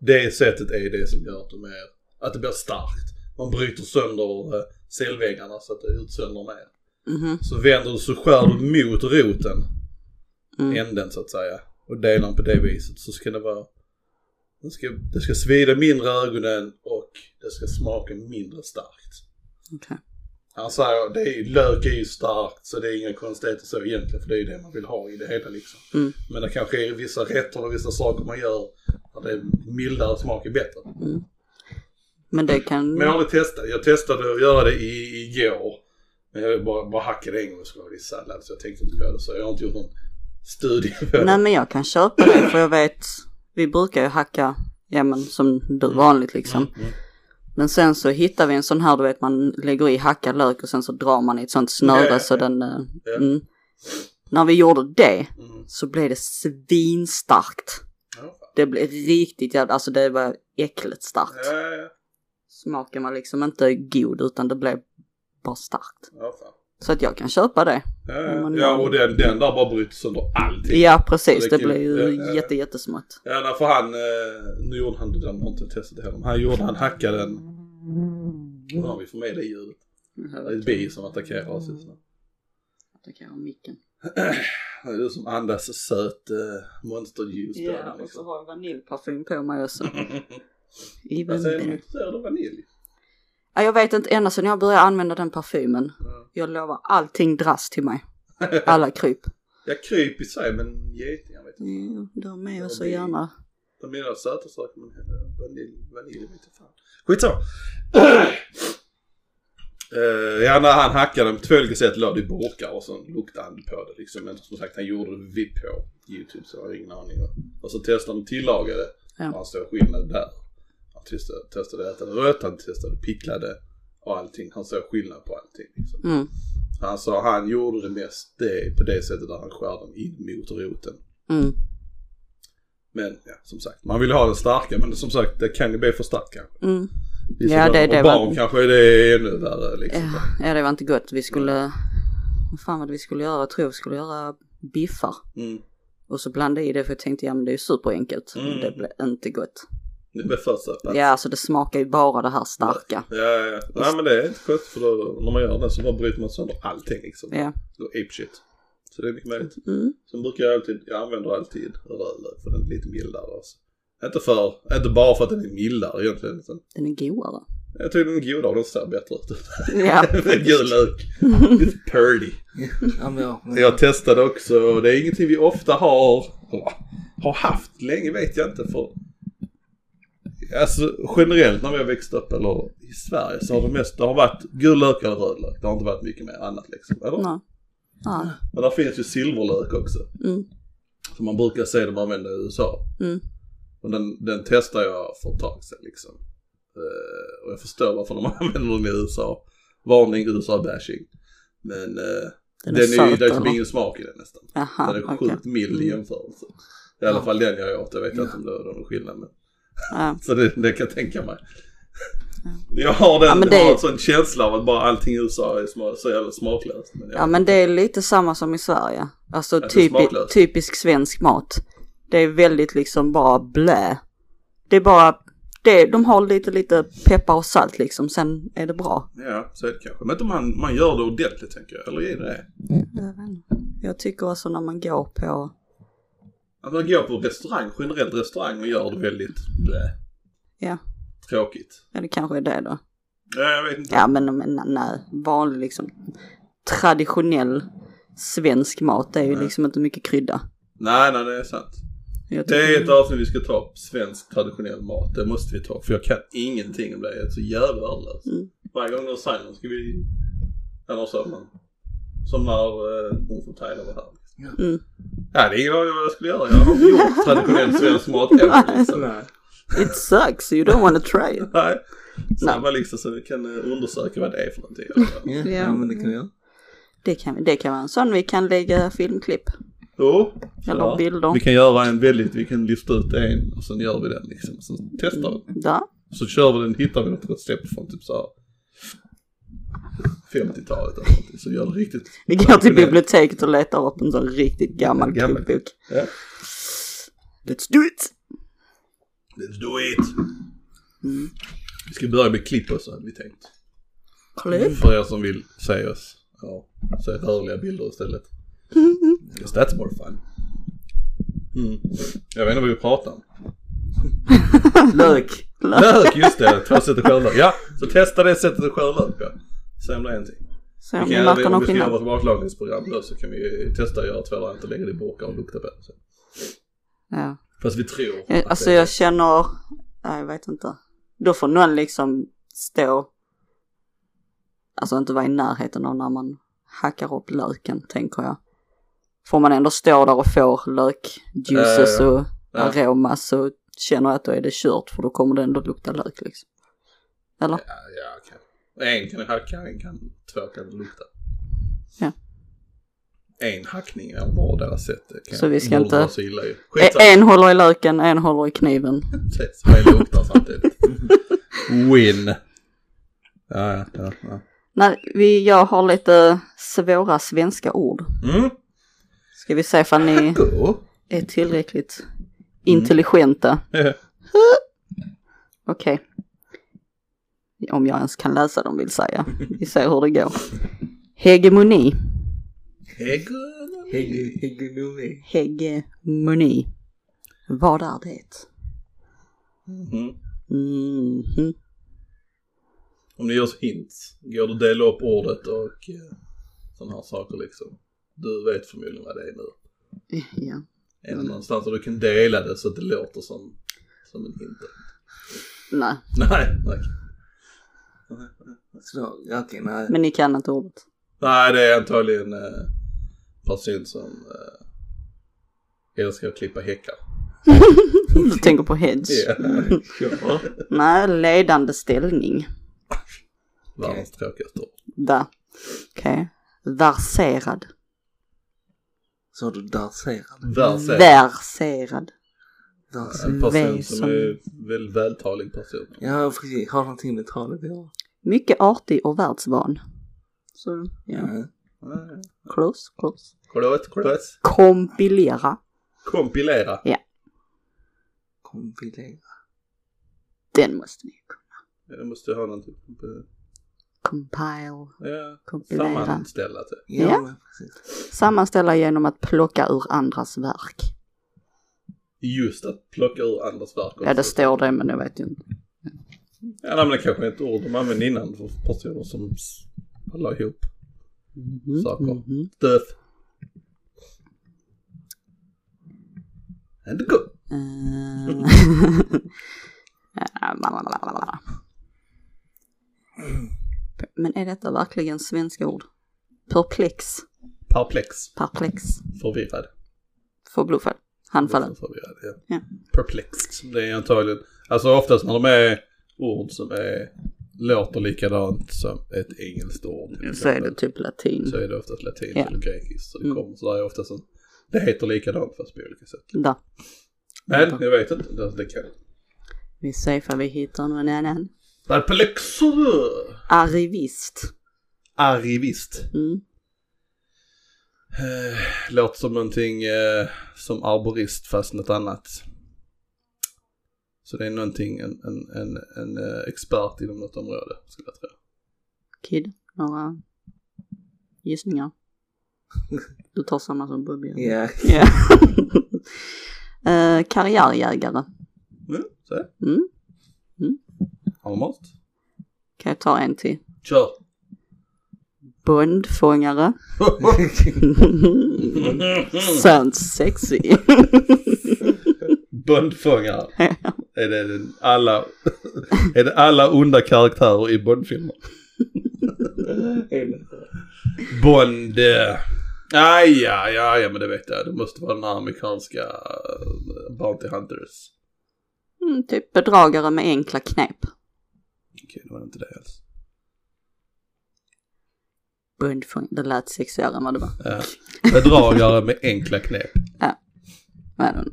Speaker 2: Det sättet är det som gör att, de är, att det blir starkt. Man bryter sönder eh, cellväggarna så att det utsöndrar mer.
Speaker 1: mhm,
Speaker 2: Så vänder du så skär du mot roten.
Speaker 1: Mm.
Speaker 2: Änden så att säga. Och delar den på det viset. Så ska det vara. Det ska, det ska svida mindre i ögonen och det ska smaka mindre starkt.
Speaker 1: okej.
Speaker 2: Han säger det är, lök är ju starkt så det är inga konstigheter så egentligen. För det är ju det man vill ha i det hela liksom.
Speaker 1: Mm.
Speaker 2: Men det kanske är vissa rätter och vissa saker man gör. Där det är mildare smak är bättre.
Speaker 1: Men det kan...
Speaker 2: Men jag har aldrig testat. Jag testade att göra det i, igår. Men jag bara, bara hackade en gång och skulle ha det i sallad så jag tänkte inte på det. Så jag har inte gjort någon studie på det. Mm,
Speaker 1: Nej men jag kan köpa det för jag vet, vi brukar ju hacka, ja men som du vanligt liksom.
Speaker 2: mm,
Speaker 1: Men sen så hittar vi en sån här, du vet man lägger i hackad lök och sen så drar man i ett sånt snöre
Speaker 2: Ja, ja,
Speaker 1: så
Speaker 2: ja.
Speaker 1: den... eh,
Speaker 2: Ja.
Speaker 1: Mm. När vi gjorde det
Speaker 2: Mm.
Speaker 1: så blev det svinstarkt.
Speaker 2: Ja, fan.
Speaker 1: Det blev riktigt jävla, alltså det var äckligt starkt.
Speaker 2: Ja, ja, ja.
Speaker 1: Smaken var liksom inte god utan det blev bara starkt.
Speaker 2: Ja, fan.
Speaker 1: Så att jag kan köpa det.
Speaker 2: Ja,
Speaker 1: Ja,
Speaker 2: ja.
Speaker 1: men-
Speaker 2: ja, och den, den där bara bryter sönder allting.
Speaker 1: Ja precis, det
Speaker 2: Det är kul.
Speaker 1: blev ju
Speaker 2: Ja, ja, ja.
Speaker 1: jätte jättesmått.
Speaker 2: Ja, därför han, eh, nu gjorde han det, den har jag inte testat det heller. Men Han gjorde, han hackade den. Nu har vi får med det ljudet. Det är ett bi som attackerar oss just nu.
Speaker 1: Jag kan ha micken.
Speaker 2: Det är du som andas söt eh, monsterljus. där,
Speaker 1: Ja, och så
Speaker 2: liksom.
Speaker 1: har jag vaniljparfym på mig också. Even
Speaker 2: Vad säger du?
Speaker 1: better.
Speaker 2: Ser du vanilj?
Speaker 1: Ja, jag vet inte, ända sedan jag började använda den parfymen.
Speaker 2: Ja.
Speaker 1: Jag lovar allting dras till mig. Alla kryp.
Speaker 2: Jag kryp i sig men getingar vet
Speaker 1: Jo, de är ju så
Speaker 2: det-
Speaker 1: gärna.
Speaker 2: De gillar söta saker men eh, vanilj, vanilj vet jag fan. Skitsamma. Uh, ja, när han hackade med tvölgelsett låg det i burkar och så luktade han på det liksom. Men som sagt, han gjorde det vitt på YouTube så jag har ingen aning. Och så testade han tillagade.
Speaker 1: Ja.
Speaker 2: Och han såg skillnad där. Han testade, testade att äta rött, han testade picklade och allting. Han såg skillnad på allting liksom.
Speaker 1: Mm.
Speaker 2: Alltså han gjorde det mest det, på det sättet där han skär dem in mot roten.
Speaker 1: Mm.
Speaker 2: Men ja, som sagt, man vill ha den starka men som sagt det kan ju bli för stark kanske.
Speaker 1: Mm.
Speaker 2: I så
Speaker 1: Ja,
Speaker 2: fall,
Speaker 1: det-
Speaker 2: och
Speaker 1: det var-
Speaker 2: barn kanske det är ännu värre liksom.
Speaker 1: Ja, ja, det var inte gott. Vi skulle, vad fan var det vi skulle göra? Jag tror vi skulle göra biffar.
Speaker 2: Mm.
Speaker 1: Och så blandade jag i det för jag tänkte, ja men det är ju superenkelt.
Speaker 2: Mm.
Speaker 1: Det blev inte gott.
Speaker 2: Det blir för sött.
Speaker 1: Ja, alltså det smakar ju bara det här starka.
Speaker 2: Ja, ja, ja. Nej men det är inte gott för då, när man gör det så bara bryter man sönder allting liksom.
Speaker 1: Ja.
Speaker 2: Då ape shit. Så det är mycket möjligt.
Speaker 1: Mm.
Speaker 2: Sen brukar jag alltid, jag använder alltid rödlök för den är lite mildare. Alltså. Inte för, inte bara för att den är mildare egentligen. utan
Speaker 1: Den är godare.
Speaker 2: Jag tycker den är godare och den ser bättre ut.
Speaker 1: Ja.
Speaker 2: Det är Gul lök. It's purdy.
Speaker 3: Ja, men ja.
Speaker 2: Jag testade också, och det är ingenting vi ofta har, har haft länge vet jag inte för. Alltså generellt när vi har växt upp eller i Sverige så har det mest, det har varit gul lök eller röd lök. Det har inte varit mycket mer annat liksom. Eller?
Speaker 1: Nej. Nej.
Speaker 2: Men där finns ju silverlök också.
Speaker 1: Mm.
Speaker 2: Som man brukar se dem använda i USA.
Speaker 1: Mm.
Speaker 2: Och den, den testar jag för ett tag sedan liksom. Eh, och jag förstår varför de använder den i USA. Varning USA-bashing. Men eh,
Speaker 1: Den
Speaker 2: den,
Speaker 1: är
Speaker 2: är ju,
Speaker 1: söt,
Speaker 2: det är typ
Speaker 1: eller?
Speaker 2: ingen smak i den nästan.
Speaker 1: Jaha,
Speaker 2: den är
Speaker 1: okej.
Speaker 2: sjukt mild i
Speaker 1: Mm.
Speaker 2: jämförelse. I alla
Speaker 3: Ja.
Speaker 2: fall den jag åt, jag vet
Speaker 3: Ja.
Speaker 2: inte om det är någon skillnad men.
Speaker 1: Ja.
Speaker 2: Så det, det kan jag tänka mig. Jag har den,
Speaker 1: Ja, men det-
Speaker 2: har en sån känsla av att bara allting i USA är sma- så jävla smaklöst. Men jag-
Speaker 1: ja, men det är lite samma som i Sverige. Alltså
Speaker 2: det är
Speaker 1: typi-
Speaker 2: smaklöst.
Speaker 1: typisk svensk mat. Det är väldigt liksom bara blä. Det är bara, det, de har lite, lite peppar och salt liksom, sen är det bra.
Speaker 2: Ja, så är det kanske. Men inte om man, man gör det ordentligt tänker jag, eller är det det?
Speaker 1: Jag vet inte. Jag tycker alltså när man går på,
Speaker 2: Att man går på restaurang, generellt restaurang och gör det väldigt blä,
Speaker 1: ja,
Speaker 2: tråkigt.
Speaker 1: ja det kanske är det då.
Speaker 2: Ja, jag vet inte.
Speaker 1: Ja men, men nej, vanlig liksom traditionell svensk mat, det är ju
Speaker 2: Nej.
Speaker 1: liksom inte mycket krydda.
Speaker 2: Nej, nej, det är sant.
Speaker 1: Jag
Speaker 2: Det är
Speaker 1: tycker-
Speaker 2: ett avsnitt vi ska ta upp, svensk traditionell mat. Det måste vi ta upp, för jag kan ingenting om det. Jag är så jävla värdelös.
Speaker 1: Mm.
Speaker 2: Varje gång någon säger något ska vi... Eller så, man. Som när eh, hon från Thailand var här.
Speaker 1: Mm.
Speaker 2: Ja, det är ingen aning vad jag skulle göra. Jag har inte gjort traditionell svensk mat än. Liksom.
Speaker 3: Nej.
Speaker 1: It sucks, you don't wanna try it.
Speaker 2: Nej. Så
Speaker 1: Nej.
Speaker 2: det var liksom så vi kan eh, undersöka vad det är för någonting. Eller-
Speaker 3: Ja, ja, men det kan jag.
Speaker 1: Det kan, det kan vara en sån vi kan lägga filmklipp.
Speaker 2: Jo.
Speaker 1: Eller bilder.
Speaker 2: Vi kan göra en väldigt, vi kan lyfta ut en och sen gör vi den liksom. Sen testar vi den.
Speaker 1: Ja,
Speaker 2: Så kör vi den, hittar vi något recept från typ såhär 50-talet eller någonting. Så gör det riktigt.
Speaker 1: vi går till
Speaker 2: traditionellt.
Speaker 1: biblioteket och letar upp en sån riktigt gammal
Speaker 2: Gammal.
Speaker 1: kokbok.
Speaker 2: Ja.
Speaker 1: Let's do it!
Speaker 2: Let's do it! Vi ska börja med klipp och så hade vi tänkt.
Speaker 1: Klipp.
Speaker 2: För er som vill se oss. Ja, se rörliga bilder istället. Because that's more fun. Mm. Jag vet inte vad vi pratar om.
Speaker 3: Lök.
Speaker 2: Lök, just det! Två sätt att skära lök. Ja, så testa det sättet att skära lök på. Se om det är någonting.
Speaker 1: Se om
Speaker 2: Vi
Speaker 1: vi
Speaker 2: kan,
Speaker 1: märker
Speaker 2: om
Speaker 1: någon
Speaker 2: vi ska göra
Speaker 1: skillnad.
Speaker 2: ett matlagningsprogram då så kan vi testa att göra tvärlönt och lägga det i burkar och lukta på det. sen.
Speaker 1: Ja.
Speaker 2: Fast vi tror
Speaker 1: Jag-
Speaker 2: att
Speaker 1: Alltså
Speaker 2: det-
Speaker 1: jag känner, nej jag vet inte. Då får någon liksom stå, alltså inte vara i närheten av när man hackar upp löken tänker jag. Får man ändå stå där och får lökjuices
Speaker 2: Ja,
Speaker 1: och
Speaker 2: Ja.
Speaker 1: aroma så känner jag att då är det kört för då kommer det ändå lukta lök liksom. Eller?
Speaker 2: Ja, ja kan. En kan hacka, en kan två kan lukta.
Speaker 1: Ja.
Speaker 2: En hackning av vardera sätt. det Kan
Speaker 1: Så vi ska
Speaker 2: borde
Speaker 1: inte- Eh,
Speaker 2: vara Så illa ju. Skitsamma.
Speaker 1: En håller i löken, en håller i kniven.
Speaker 2: Precis, vad jag luktar samtidigt. Win. Ja, ja, ja. ja.
Speaker 1: Nej, vi, jag har lite svåra svenska ord.
Speaker 2: Mm.
Speaker 1: Ska vi se ifall ni
Speaker 2: Då.
Speaker 1: är tillräckligt intelligenta. Okej. Om jag ens kan läsa dem vill säga. Vi ser hur det går. Hegemoni.
Speaker 2: Hegemonomi.
Speaker 3: Hegg- Hegemonomi.
Speaker 1: Hegemoni. Vad är det?
Speaker 2: Mhm.
Speaker 1: Mhm.
Speaker 2: Om det görs hints, går det att dela upp ordet och eh, sådana här saker liksom. Du vet förmodligen vad det är nu.
Speaker 1: Ja.
Speaker 2: Är det någonstans och du kan dela det så att det låter som, som en hint?
Speaker 1: Nej,
Speaker 2: Nej, nej.
Speaker 3: Så, ja, okej, nej.
Speaker 1: men ni kan inte ordet.
Speaker 2: Nej, det är antagligen en eh, person som eh, älskar att klippa häckar.
Speaker 1: Du tänker på hedge.
Speaker 2: Ja.
Speaker 1: Nej, ledande ställning.
Speaker 2: Världens tråkigaste ord.
Speaker 1: Där. Okej. Verserad.
Speaker 3: Så du darserade.
Speaker 2: Världens
Speaker 1: Verserad.
Speaker 2: En
Speaker 3: Darserade.
Speaker 2: person
Speaker 1: Väl
Speaker 2: som
Speaker 1: som-
Speaker 2: är väl vältalig person.
Speaker 3: Ja, precis. Har någonting med talet att göra.
Speaker 1: Mycket artig och världsvan. Så, ja.
Speaker 3: Ja.
Speaker 1: Close, close.
Speaker 2: Klöt, klöt.
Speaker 1: Kompilera.
Speaker 2: Kompilera.
Speaker 3: Kompilera.
Speaker 1: Den måste ni kunna.
Speaker 2: Ja, det måste ha typ någonting. på-
Speaker 1: Compile.
Speaker 2: Ja,
Speaker 1: Kompilera.
Speaker 2: eh, sammanställa typ. det.
Speaker 3: Ja,
Speaker 1: Ja.
Speaker 3: men precis.
Speaker 1: Sammanställa genom att plocka ur andras verk.
Speaker 2: Just att plocka ur andras verk
Speaker 1: Ja, det
Speaker 2: också.
Speaker 1: står det, men jag vet ju inte.
Speaker 2: Ja, nej, men det kanske är ett ord de använde innan för personer som s- la ihop
Speaker 1: Mhm,
Speaker 2: Mm-hmm. saker.
Speaker 1: mhm.
Speaker 2: Döf. Inte gott.
Speaker 1: Eh,
Speaker 2: Mm-hmm.
Speaker 1: blablabla. Men är detta verkligen svenska ord? Perplex,
Speaker 2: Perplex.
Speaker 1: perplex,
Speaker 2: Förvirrad.
Speaker 1: förbluffad, handfallen.
Speaker 2: Förvirrad, ja.
Speaker 1: Ja.
Speaker 2: Perplexed. Det är antagligen, alltså oftast när de är ord som är, låter likadant som ett engelskt ord. till
Speaker 1: Så är
Speaker 2: exempel,
Speaker 1: det typ
Speaker 2: så
Speaker 1: latin.
Speaker 2: är det oftast latin
Speaker 1: Ja.
Speaker 2: eller grekiskt. Så det
Speaker 1: Mm.
Speaker 2: kommer så där är oftast en, det heter likadant fast på olika sätt.
Speaker 1: Där.
Speaker 2: Men jag vet inte, det, det kan.
Speaker 1: Vi ser ifall vi hittar någon annan.
Speaker 2: Perplexed!
Speaker 1: Arrivist.
Speaker 2: Arrivist.
Speaker 1: Mm.
Speaker 2: Eh, låter som någonting eh, som arborist fast något annat. Så det är någonting, en, en, en, en eh, expert inom något område skulle jag tro.
Speaker 1: Kid, några gissningar? Du tar samma som Bobby. eller?
Speaker 3: Ja.
Speaker 1: Ja. Eh, karriärjägare.
Speaker 2: Mm, så här.
Speaker 1: Mm.
Speaker 2: Har du mat?
Speaker 1: Kan jag ta en till?
Speaker 2: Kör!
Speaker 1: Bondfångare. Sounds sexy.
Speaker 2: Bondfångare. är det den alla, är det alla onda karaktärer i Bondfilmer? Bond... eh, Aj, aj, aj, men det vet jag. Det måste vara den här amerikanska eh, Bounty Hunters.
Speaker 1: Mm, typ bedragare med enkla knep.
Speaker 2: Okej, det var inte det alls.
Speaker 1: Bondfångare, det lät sexigare än vad det var.
Speaker 2: Ja. Eh, Bedragare med enkla knep.
Speaker 1: Vad är det?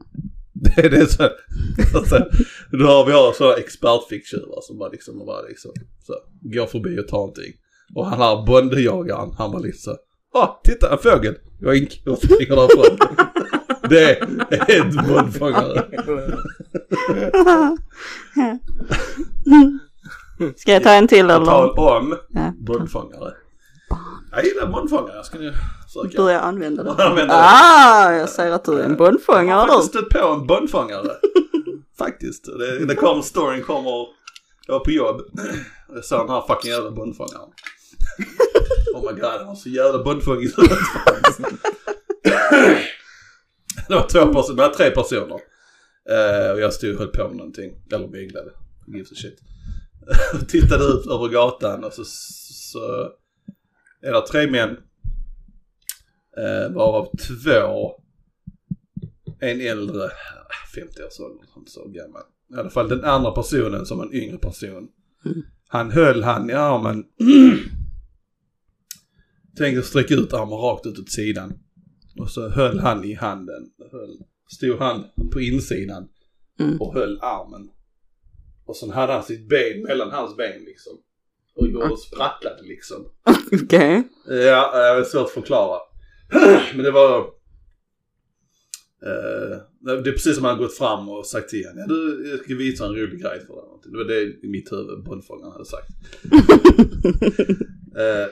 Speaker 2: Det är det så. Alltså, då har vi har sådana expertficktjuvar som bara liksom, bara liksom så, går förbi och tar någonting. Och han här bondejagaren, han bara liksom så, Åh, titta en fågel! Joink! Och springer därifrån. Det är ett bondfångare.
Speaker 1: Ska jag ta en till
Speaker 2: På
Speaker 1: eller?
Speaker 2: tal om
Speaker 1: Ja.
Speaker 2: bondfångare. Jag gillar bondfångare, jag ska nu försöka.
Speaker 1: Börja använda det.
Speaker 2: Använda det.
Speaker 1: Ah, jag ser att du är en
Speaker 2: Jag har
Speaker 1: bondfångare
Speaker 2: faktiskt
Speaker 1: du.
Speaker 2: stött på en bondfångare. faktiskt. Det, det kom, storyn kommer, jag var på jobb och jag såg den här fucking jävla bondfångaren. oh my god, han var så jävla bondfångig. det var två personer, det var tre personer. Eh, och jag stod och höll på med någonting, eller myglade. Who Gives a shit. Och tittade ut över gatan och så, så är det tre män. Eh, varav två en äldre, ah, 50 års ålder, inte så gammal. I alla fall den andra personen som en yngre person. Han höll han i armen. Tänkte sträcka ut armen rakt ut åt sidan. Och så höll han i handen. Höll, stod han på insidan
Speaker 1: Mm.
Speaker 2: och höll armen. Och sen hade han sitt ben mellan hans ben liksom. Och gjorde sprattlade liksom.
Speaker 1: Okej.
Speaker 2: Ja, eh, det är svårt att förklara. Men det var... eh, det är precis som han gått fram och sagt till henne. Ja, du, jag ska visa en rolig grej för dig. någonting." Det var det i mitt huvud bondfångaren hade sagt. Eh,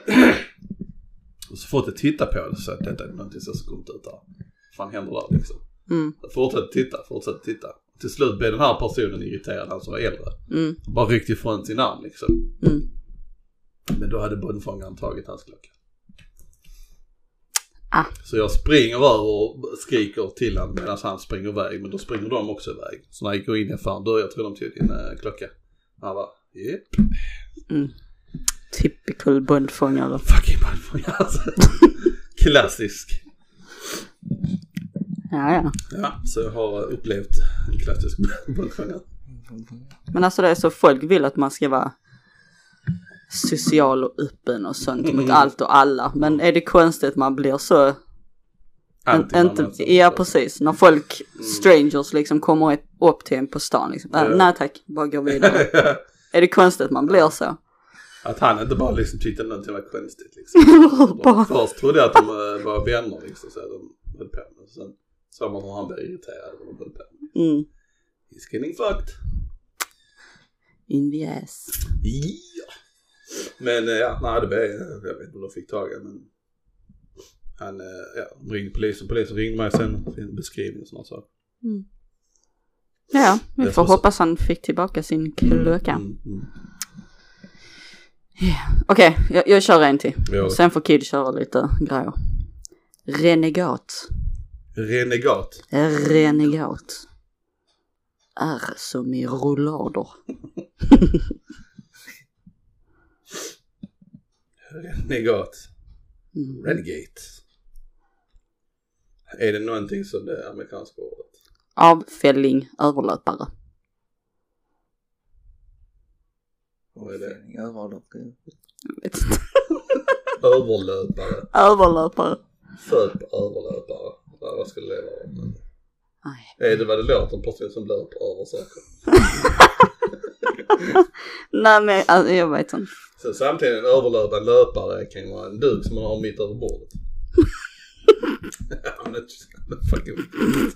Speaker 2: och så fort jag tittade på det så att detta är någonting som ser skumt ut här. Vad fan händer där liksom?
Speaker 1: Mm.
Speaker 2: Jag fortsatte titta, fortsatte titta. Till slut blev den här personen irriterad, han som var äldre.
Speaker 1: Mm.
Speaker 2: Bara ryckte ifrån sin arm liksom.
Speaker 1: Mm.
Speaker 2: Men då hade bondfångaren tagit hans klocka.
Speaker 1: Ah.
Speaker 2: Så jag springer över och skriker till honom medan han springer iväg. Men då springer de också iväg. Så när jag går in i affären dörjar till de till din eh, klocka. Han bara, yep.
Speaker 1: Typical bondfångare.
Speaker 2: Fucking bondfångare alltså. Klassisk.
Speaker 1: Ja, ja.
Speaker 2: Ja, så jag har eh, upplevt en klassisk bondfångare.
Speaker 1: Men alltså det är så folk vill att man ska vara social och öppen och sånt mot allt och alla. Men är det konstigt att man blir så?
Speaker 2: Alltid
Speaker 1: inte,
Speaker 2: mamma, alltså.
Speaker 1: ja precis, när folk, strangers liksom kommer upp till en på stan liksom. Äh, Nej tack, bara gå vidare. är det konstigt att man blir så?
Speaker 2: Att han inte bara liksom tyckte någonting var konstigt liksom. De, först trodde jag att de eh, var vänner liksom, så de höll på med. Sen såg man hur han blev irriterad och de höll på med.
Speaker 1: Mm.
Speaker 2: He's getting fucked.
Speaker 1: In the ass.
Speaker 2: Ja. Men eh, ja, nej det blev, jag vet inte om de fick tag i honom, men han eh, ja, de ringde polisen, polisen ringde mig sen för en beskrivning och sådana saker.
Speaker 1: Ja, vi
Speaker 2: Det
Speaker 1: får
Speaker 2: får så.
Speaker 1: hoppas han fick tillbaka sin klöka.
Speaker 2: Mm, mm.
Speaker 1: Okej, jag, jag kör en till.
Speaker 2: Ja.
Speaker 1: Sen får Kid köra lite grejer. Renegat.
Speaker 2: Renegat.
Speaker 1: Renegat. Är som i rullader.
Speaker 2: Renegat.
Speaker 1: Mm.
Speaker 2: Renegate. Är det någonting som det amerikanska ordet?
Speaker 1: Avfälling, överlöpare.
Speaker 2: Vad är det?
Speaker 3: Jag var dock...
Speaker 1: Vet inte.
Speaker 2: Överlöpare.
Speaker 1: överlöpare.
Speaker 2: Söp överlöpare. Ja, vad skulle det vara? Men...
Speaker 1: Nej.
Speaker 2: Mm. Är det vad det låter? En person som löper över saker.
Speaker 1: Nej men alltså, jag vet inte.
Speaker 2: Sen samtidigt en överlöpare, en löpare kan ju vara en duk som man har mitt över bordet. I'm not just gonna fucking with it.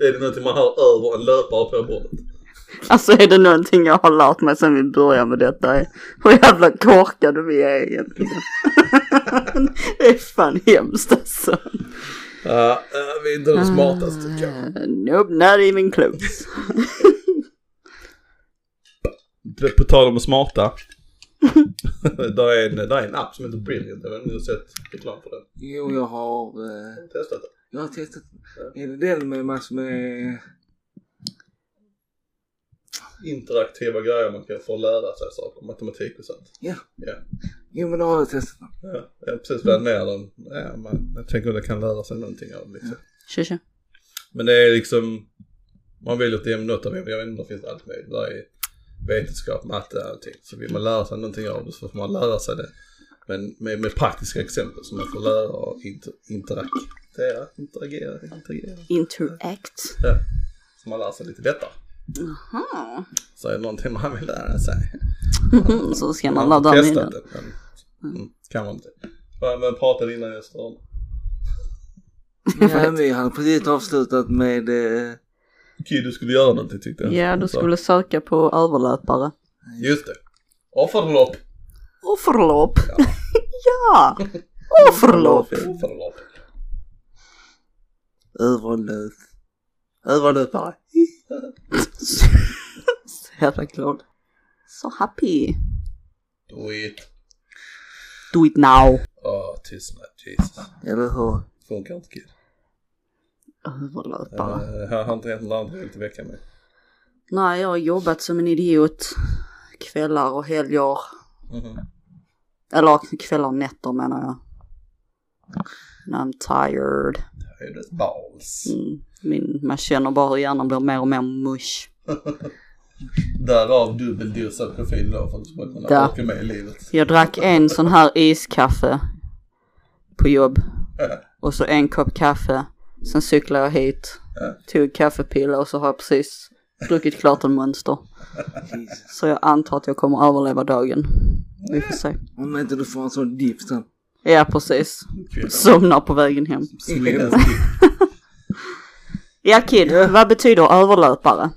Speaker 2: Är det någonting man har över en löpare på bordet?
Speaker 1: Alltså är det någonting jag har lärt mig sen vi började med detta är hur jävla korkade vi är egentligen. det är fan hemskt alltså.
Speaker 2: Ja, eh, vi är inte de smartaste
Speaker 1: Ah.
Speaker 2: kanske.
Speaker 1: Eh, Nope, not even close.
Speaker 2: På- På tal om smarta. där, är en, där är en app som heter Brilliant. Jag vet inte om ni har sett reklam för den.
Speaker 3: Jo, jag har... Eh,
Speaker 2: Testat den.
Speaker 3: jag har testat. Är det den med massor med...
Speaker 2: Interaktiva grejer man kan få lära sig saker. Matematik och sånt.
Speaker 3: Ja.
Speaker 2: Ja.
Speaker 3: Jo, men då har jag testat den.
Speaker 2: Ja, jag har precis vänt ner den. Ja, man, jag tänker att jag kan lära sig någonting av det. Liksom.
Speaker 1: Tjo tjo.
Speaker 2: Men det är liksom, man väljer ett ämne av ämnet. Jag vet inte om det finns allt möjligt. Det är vetenskap, matte, allting. Så vill man lära sig någonting av det så får man lära sig det. Men med, med praktiska exempel som man får lära och inter, interagera, interagera, interagera.
Speaker 1: Interact.
Speaker 2: Ja. Så man lär sig lite lättare.
Speaker 1: Jaha.
Speaker 2: Så är det någonting man vill lära sig.
Speaker 1: Mm, så ska man
Speaker 2: Man har
Speaker 1: ladda ner
Speaker 2: testat
Speaker 1: den.
Speaker 2: det, men mm, kan man inte. Men, men pratade innan jag störde.
Speaker 3: Ja, vi har precis avslutat med... Eh,
Speaker 2: Okej, du skulle göra någonting tyckte jag.
Speaker 1: Ja, du
Speaker 2: Så.
Speaker 1: skulle söka på överlöpare.
Speaker 2: Just det. Offerlopp.
Speaker 1: Offerlopp. ja. Offerlopp.
Speaker 2: Offerlopp.
Speaker 3: överlöp. Överlöpare.
Speaker 1: Så jävla glad. So happy.
Speaker 2: Do it.
Speaker 1: Do it now.
Speaker 2: Åh, tystnad. Jesus.
Speaker 3: Eller hur?
Speaker 2: Funkar inte kid.
Speaker 1: Överlöpare.
Speaker 2: Eh, Jag har inte hänt något annat i veckan med.
Speaker 1: Nej, jag har jobbat som en idiot. Kvällar och helger.
Speaker 2: Mhm.
Speaker 1: Eller kvällar och nätter menar jag. And I'm tired.
Speaker 2: Det är ett Balls.
Speaker 1: Mm. Min, man känner bara hur hjärnan blir mer och mer mush.
Speaker 2: Därav dubbeldos av koffein då för att du ska kunna
Speaker 1: Där.
Speaker 2: orka med i livet.
Speaker 1: Jag drack en sån här iskaffe på jobb. Och så en kopp kaffe. Sen cyklade jag hit. Tog kaffepiller och så har jag precis druckit klart en monster.
Speaker 3: Jesus.
Speaker 1: Så jag antar att jag kommer överleva dagen. Vi får se.
Speaker 3: Om inte du får en sån dipp sen.
Speaker 1: Ja, precis.
Speaker 2: Kvinnan.
Speaker 1: Somnar på vägen hem.
Speaker 2: Smedens kid.
Speaker 1: Ja, kid. Vad betyder överlöpare?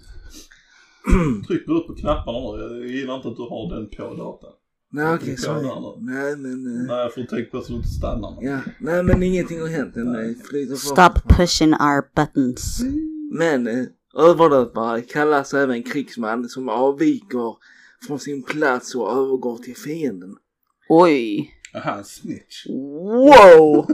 Speaker 2: Trycker upp på knapparna nu. Jag gillar inte att du har den på datan.
Speaker 3: Nej okej, sorry.
Speaker 2: Ja, ja, ja.
Speaker 3: Nej men... eh,
Speaker 2: Nej, jag får tänka på att du inte stannar.
Speaker 3: Ja, nej men ingenting har hänt än. Nej. Flyter
Speaker 1: Stop
Speaker 3: fort.
Speaker 1: pushing our buttons.
Speaker 3: Men eh, överlöpare kallas även krigsman som avviker från sin plats och övergår till fienden.
Speaker 1: Oj.
Speaker 2: Aha, en snitch.
Speaker 1: Wow!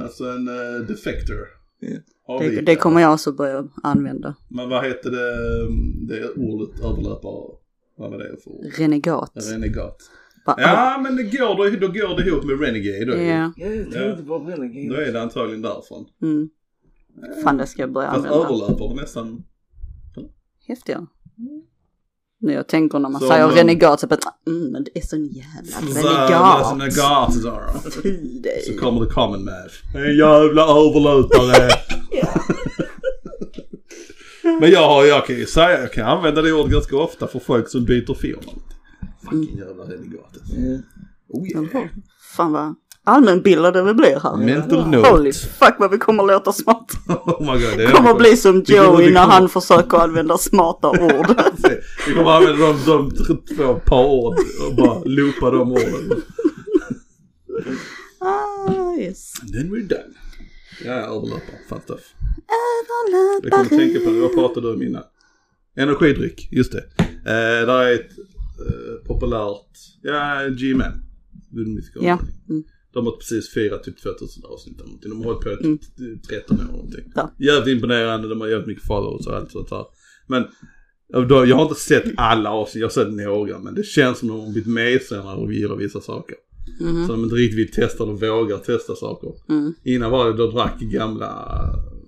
Speaker 2: Alltså en eh, defector.
Speaker 3: Ja.
Speaker 1: Det,
Speaker 2: Avvikare.
Speaker 1: det kommer jag också börja använda.
Speaker 2: Men vad heter det, mm, det ordet överlöpare? Vad var det för ord?
Speaker 1: Renegat.
Speaker 2: Renegat.
Speaker 1: Bara,
Speaker 2: Ja, men det går, då, då går det ihop med renegade. Då,
Speaker 1: ah,
Speaker 2: ju.
Speaker 1: ja,
Speaker 3: Ja, jag tänkte på Renegade.
Speaker 2: då är det antagligen därifrån.
Speaker 1: mm. Fan det ska jag börja
Speaker 2: Fast
Speaker 1: använda.
Speaker 2: överlöpare var nästan...
Speaker 1: Häftigare. Nu jag tänker när man
Speaker 2: Så
Speaker 1: säger
Speaker 2: man-
Speaker 1: renegat så bara mm, men det är sån jävla
Speaker 2: Jävla
Speaker 1: renegat.
Speaker 2: Renegat. Zara.
Speaker 1: Fy
Speaker 2: Så
Speaker 1: dig.
Speaker 2: kommer det common man. En jävla överlöpare. Men jag, har- jag kan ju säga, jag kan använda det ordet ganska ofta för folk som byter firma. Fucking jävla renegat.
Speaker 3: Ja. Oh yeah.
Speaker 1: Fan vad allmänbildade vi blir här.
Speaker 2: Mental
Speaker 1: Holy
Speaker 2: note.
Speaker 1: fuck vad vi kommer låta smarta.
Speaker 2: Oh my god, det är
Speaker 1: Kommer bli som
Speaker 2: Det kommer
Speaker 1: Joey
Speaker 2: bli
Speaker 1: när
Speaker 2: kul.
Speaker 1: han försöker använda smarta ord.
Speaker 2: Vi kommer använda de, de t- två par ord och bara loopa de orden.
Speaker 1: Ah, yes.
Speaker 2: Then we're done. Jag är överlöpare, fan tuff. Jag kommer
Speaker 1: Överlöpare.
Speaker 2: tänka på det, vad pratade du om innan? Energidryck, just det. Eh, där är ett eh, populärt, ja, G-Man. Rymdmyskor.
Speaker 1: Ja, mm.
Speaker 2: De har precis firat typ 2000 avsnitt eller någonting. De har hållit på i typ 13 år eller någonting.
Speaker 1: Mm. Ja.
Speaker 2: Jävligt imponerande, de har jävligt mycket followers och allt sånt här. Men eh, då- jag har inte sett alla avsnitt, jag har sett några. Men det känns som de har blivit mesigare och gillar vissa saker.
Speaker 1: Mhm.
Speaker 2: Så de inte riktigt vill testa eller vågar testa saker.
Speaker 1: Mm.
Speaker 2: Innan var det, då drack gamla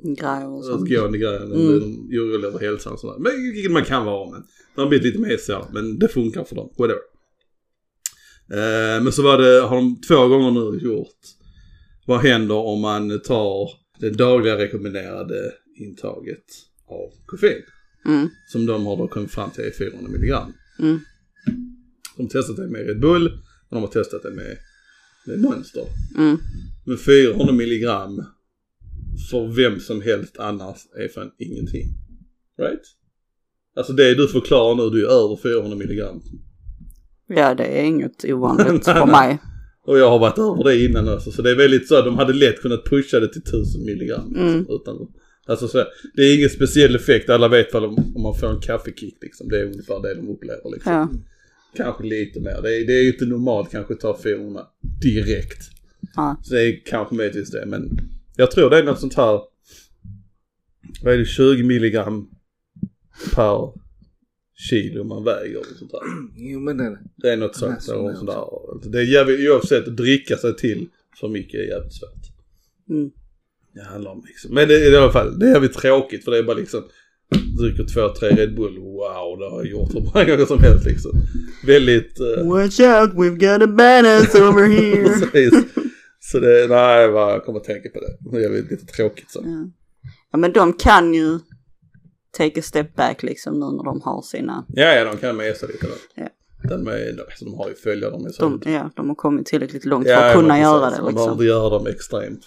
Speaker 1: Grejer och sånt.
Speaker 2: utgående grejer. Mm. De är oroliga över hälsan och sådär. Men vilket man kan vara. Men de har blivit lite mesiga. Men det funkar för dem. Whatever. Eh, men så var det, har de två gånger nu gjort. Vad händer om man tar det dagliga rekommenderade intaget av koffein?
Speaker 1: Mm.
Speaker 2: Som de har då kommit fram till är 400 milligram.
Speaker 1: Mm.
Speaker 2: De har testat det med Red Bull och de har testat det med, med Monster.
Speaker 1: Mm.
Speaker 2: Men 400 milligram för vem som helst annars är fan ingenting. Right? Alltså det du förklarar nu, du är över 400 milligram.
Speaker 1: Ja, det är inget ovanligt
Speaker 2: Nej,
Speaker 1: för
Speaker 2: nej.
Speaker 1: mig.
Speaker 2: Och jag har varit över det innan alltså, så det är väldigt så att de hade lätt kunnat pusha det till 1000 milligram.
Speaker 1: Mm.
Speaker 2: Alltså, utan, alltså så, det är ingen speciell effekt, alla vet vad de, om man får en kaffekick liksom. Det är ungefär det de upplever liksom.
Speaker 1: Ja.
Speaker 2: Kanske lite mer, det är, det är ju inte normalt kanske att ta 400 direkt.
Speaker 1: Ja.
Speaker 2: Så det är kanske möjligtvis det, men jag tror det är något sånt här. Vad är det, 20 milligram per kilo man väger och sånt där.
Speaker 3: Jo men det är det.
Speaker 2: Det är något
Speaker 3: Ja,
Speaker 2: sånt.
Speaker 3: så
Speaker 2: Och
Speaker 3: är
Speaker 2: sånt där. Det är jävligt, oavsett, att dricka sig till för mycket är jävligt svårt.
Speaker 1: Mm.
Speaker 2: Det handlar om liksom. Men det är i alla fall, det är jävligt tråkigt för det är bara liksom dricker två, tre Red Bull, wow, det har jag gjort hur många gånger som helst liksom. Väldigt... eh,
Speaker 1: Watch out, we've got a badass over here.
Speaker 2: Precis. Så det, nej, vad jag kommer att tänka på det. Det är jävligt lite tråkigt så.
Speaker 1: ja. ja, men de kan ju take a step back liksom nu när de har sina.
Speaker 2: Ja, ja, de kan mesa lite då.
Speaker 1: Ja.
Speaker 2: De, är, alltså, de har ju följare, de är så...
Speaker 1: De, ja, de har kommit tillräckligt långt
Speaker 2: Ja,
Speaker 1: för att
Speaker 2: men
Speaker 1: kunna
Speaker 2: precis.
Speaker 1: göra det
Speaker 2: De behöver
Speaker 1: liksom.
Speaker 2: inte göra de extremt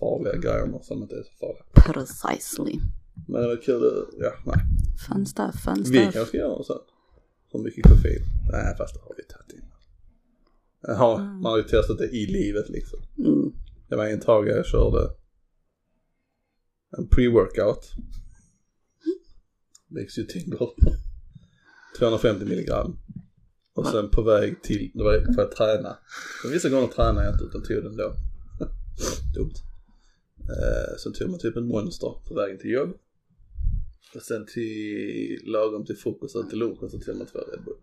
Speaker 2: farliga grejerna som inte är så farliga.
Speaker 1: Precisely.
Speaker 2: Men det var kul, att- ja, nej.
Speaker 1: Fun stuff, fun
Speaker 2: Vi
Speaker 1: stuff.
Speaker 2: kanske gör något sånt. Så mycket koffein. Nej, fast det har vi tagit in. Ja, man har ju testat det i livet liksom.
Speaker 1: Mm.
Speaker 2: Det var en tag jag körde en pre-workout. Lexitindol. 250 milligram. Och sen på väg till, det var för att träna. Men vissa gånger tränade jag inte utan tog den då. Dumt. Eh, sen tog man typ en monster på vägen till jobb. Och sen till lagom till frukost och till lunchen så tog man två Red Bull.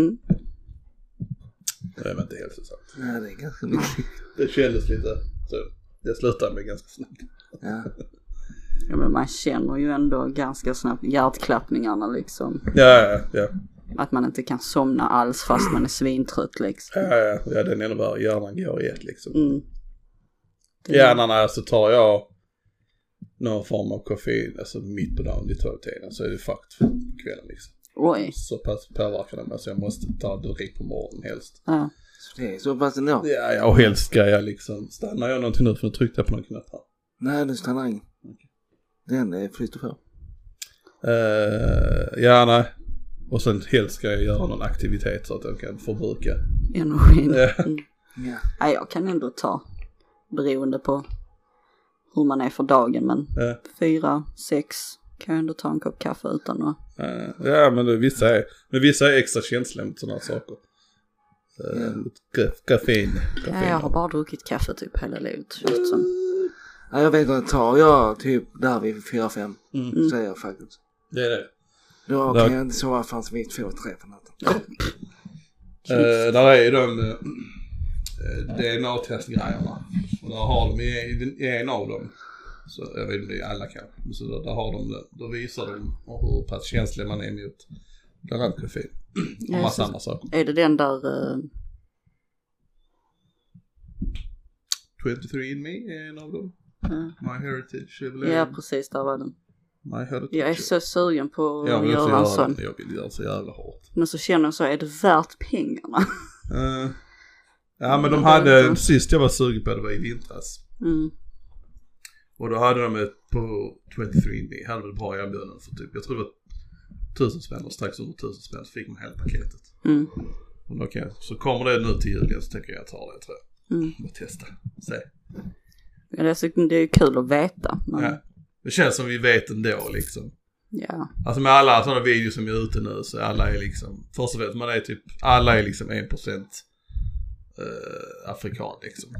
Speaker 1: Mm.
Speaker 2: Det var inte helt så sant.
Speaker 3: Nej det är ganska mycket.
Speaker 2: Det kändes lite så. Jag slutade med ganska snabbt.
Speaker 3: Ja.
Speaker 1: Ja, men man känner ju ändå ganska snabbt hjärtklappningarna liksom.
Speaker 2: Ja, ja, ja.
Speaker 1: Att man inte kan somna alls fast man är svintrött liksom.
Speaker 2: Ja, ja, ja, den är ännu värre. Hjärnan går i ett liksom.
Speaker 1: Mm.
Speaker 2: Hjärnan är, så tar jag någon form av koffein, alltså mitt på dagen vid tolvtiden så är det fucked för kvällen liksom.
Speaker 1: Oj.
Speaker 2: Så pass påverkar den mig så jag måste ta direkt på morgonen helst.
Speaker 1: Ja.
Speaker 3: Så det är så pass ändå.
Speaker 2: Ja, ja, och helst ska jag liksom, stannar jag någonting nu för nu tryckte jag på någon knapp här.
Speaker 3: Nej nu stannar ingen. Den eh, flyter på.
Speaker 2: Uh, ja, nej. Och sen helst ska jag göra någon aktivitet så att jag kan förbruka.
Speaker 1: Energin.
Speaker 2: Ja.
Speaker 1: Mm.
Speaker 3: Ja.
Speaker 1: Nej, jag kan ändå ta beroende på hur man är för dagen men
Speaker 2: Ja.
Speaker 1: fyra, sex kan jag ändå ta en kopp kaffe utan att...
Speaker 2: Eh, ja, men det, vissa, är, men vissa är extra känsliga mot sådana saker. Uh,
Speaker 3: Ja.
Speaker 1: Mm.
Speaker 2: Koffein. koffein.
Speaker 1: Ja, jag har bara druckit kaffe typ hela livet känns det som.
Speaker 3: Ja, jag vet inte, tar jag typ där vid 4-5
Speaker 2: Mm.
Speaker 1: Mm.
Speaker 3: säger jag faktiskt.
Speaker 2: Det är det.
Speaker 3: Då
Speaker 2: Ja.
Speaker 3: kan jag inte sova förrän vid 2-3 på natten.
Speaker 2: Eh, där är ju de eh, DNA-testgrejerna. Och där har de i, i- i en av dem, så jag vet inte i alla kanske, men så där, där har de det. Då visar de hur pass känslig man är mot bland annat koffein. Och
Speaker 1: Ja,
Speaker 2: massa
Speaker 1: så-
Speaker 2: andra saker.
Speaker 1: Är det den där, eh,
Speaker 2: 23 in me är en av dem.
Speaker 1: Mm.
Speaker 2: My heritage är väl en.
Speaker 1: ja precis där var den.
Speaker 2: My heritage.
Speaker 1: Jag är så sugen på
Speaker 2: Jag
Speaker 1: att
Speaker 2: vill också
Speaker 1: göra en
Speaker 2: göra
Speaker 1: sån.
Speaker 2: det. Jag vill göra så jävla hårt.
Speaker 1: Men så känner jag så, är det värt pengarna?
Speaker 2: Eh, ja men
Speaker 1: Jag
Speaker 2: de
Speaker 1: vet
Speaker 2: hade,
Speaker 1: inte.
Speaker 2: sist jag var sugen på det var i vintras.
Speaker 1: Mm.
Speaker 2: Och då hade de ett på 23andMe, hade väl bra erbjudanden för typ, jag tror det var tusen spänn eller strax under tusen spänn så fick man hela paketet.
Speaker 1: Mm.
Speaker 2: Men okej, så kommer det nu till julen så tänker jag jag tar det tror jag.
Speaker 1: Mm.
Speaker 2: Och testa, se.
Speaker 1: Ja, Det är, så, det är ju kul att veta. Men,
Speaker 2: Ja. Det känns som vi vet ändå liksom.
Speaker 1: ja.
Speaker 2: Alltså med alla sådana videos som är ute nu så alla är liksom, först och främst man är typ, alla är liksom 1% eh, afrikan liksom.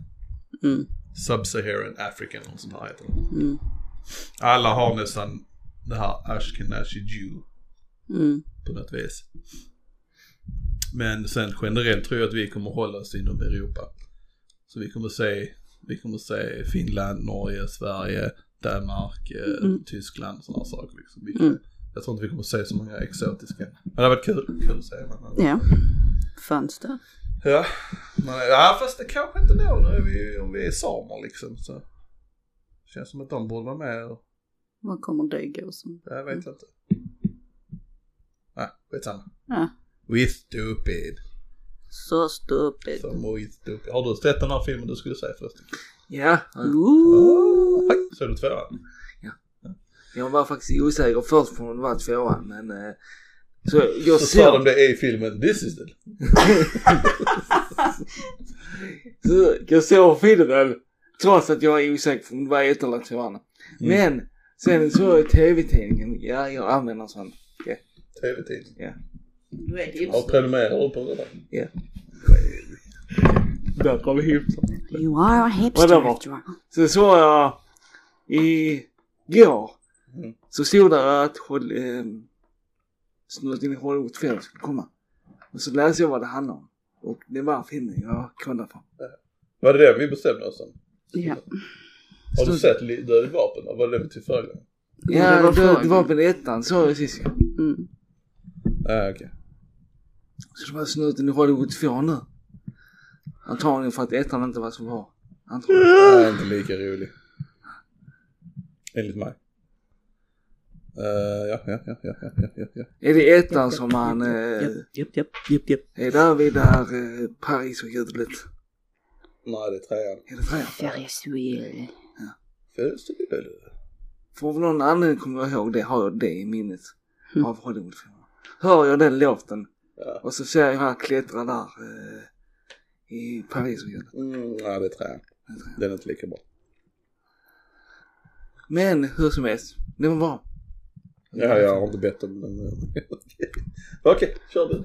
Speaker 1: Mm.
Speaker 2: Sub-Saharan African och sånt här heter det.
Speaker 1: Mm.
Speaker 2: Alla har nästan det här Ashkenazi Jew
Speaker 1: Mm.
Speaker 2: på något vis. Men sen generellt tror jag att vi kommer hålla oss inom Europa. Så vi kommer se, vi kommer se Finland, Norge, Sverige, Danmark, eh,
Speaker 1: Mm.
Speaker 2: Tyskland sådana saker. Liksom. Vi,
Speaker 1: Mm.
Speaker 2: Jag tror inte vi kommer se så många exotiska. Men det har varit kul, kul att se. Man.
Speaker 1: Ja. Fanns det?
Speaker 2: Ja. Man, ja, fast det kanske inte då nu är vi, om vi är samer liksom. Så. Känns som att de borde vara med och
Speaker 1: Vad kommer det gå som?
Speaker 2: Jag vet inte. Nej, skitsamma.
Speaker 1: Ja.
Speaker 2: We stupid.
Speaker 1: Så stupid.
Speaker 2: Som we stupid. Har du sett den här filmen du skulle säga förresten?
Speaker 3: Ja,
Speaker 1: Ooh.
Speaker 2: Hej, såg du tvåan?
Speaker 3: jag var faktiskt osäker först på om det var tvåan men... eh, Så jag
Speaker 2: Så sa de
Speaker 3: såg,
Speaker 2: det i filmen, this is it.
Speaker 3: så jag såg filmen trots att jag var osäker på om det var ett eller tvåan. Men sen såg jag tv-tidningen, ja jag använder sånt.
Speaker 2: Tv-tid.
Speaker 1: Du är
Speaker 2: Har
Speaker 1: hipster.
Speaker 2: prenumererar du på den?
Speaker 3: Där kom hipster.
Speaker 1: You are a
Speaker 3: Whatever.
Speaker 1: hipster. you are.
Speaker 3: Så såg jag i går
Speaker 2: Mm.
Speaker 3: så stod det att Hol- ehm, Snuten i Hollywood 5 skulle komma. Och så läste jag vad det handlade om. Och det var filmen jag kollade på.
Speaker 2: Var det det vi bestämde oss om?
Speaker 1: Ja.
Speaker 2: Har du
Speaker 3: Stod-
Speaker 2: sett li- Död i vapen? Var det det vi till förra gången?
Speaker 3: Ja, det var, det
Speaker 1: frågan.
Speaker 3: var väl ettan såg jag sist.
Speaker 1: Mm.
Speaker 2: Ja, Ah, okej.
Speaker 3: Så det var Snuten i Hollywood 2 nu. Antagligen för att ettan inte var så bra. Antagligen.
Speaker 2: Den är inte lika rolig. Enligt mig. Eh, ja, ja, ja, ja, ja, ja, ja.
Speaker 3: Är det ettan som han eh,
Speaker 1: Japp, japp, japp, japp, japp.
Speaker 3: är där vid där eh, Paris och jublet?
Speaker 2: Nej, det är trean.
Speaker 3: Är det trean?
Speaker 1: Ferris wheel.
Speaker 2: Föds du eller?
Speaker 3: För av någon anledning kommer jag ihåg det, har jag det i minnet
Speaker 1: Mm.
Speaker 3: av Hollywoodfilmer. Hör jag den låten
Speaker 2: Ja.
Speaker 3: och så ser jag han klättra där eh, i Paris och gör det.
Speaker 2: Mm, nej, det är trean.
Speaker 3: Jag tror jag.
Speaker 2: Den är inte lika bra.
Speaker 3: Men hur som helst, det var bra.
Speaker 2: Ja, jag har inte bett om den. Okej, kör du.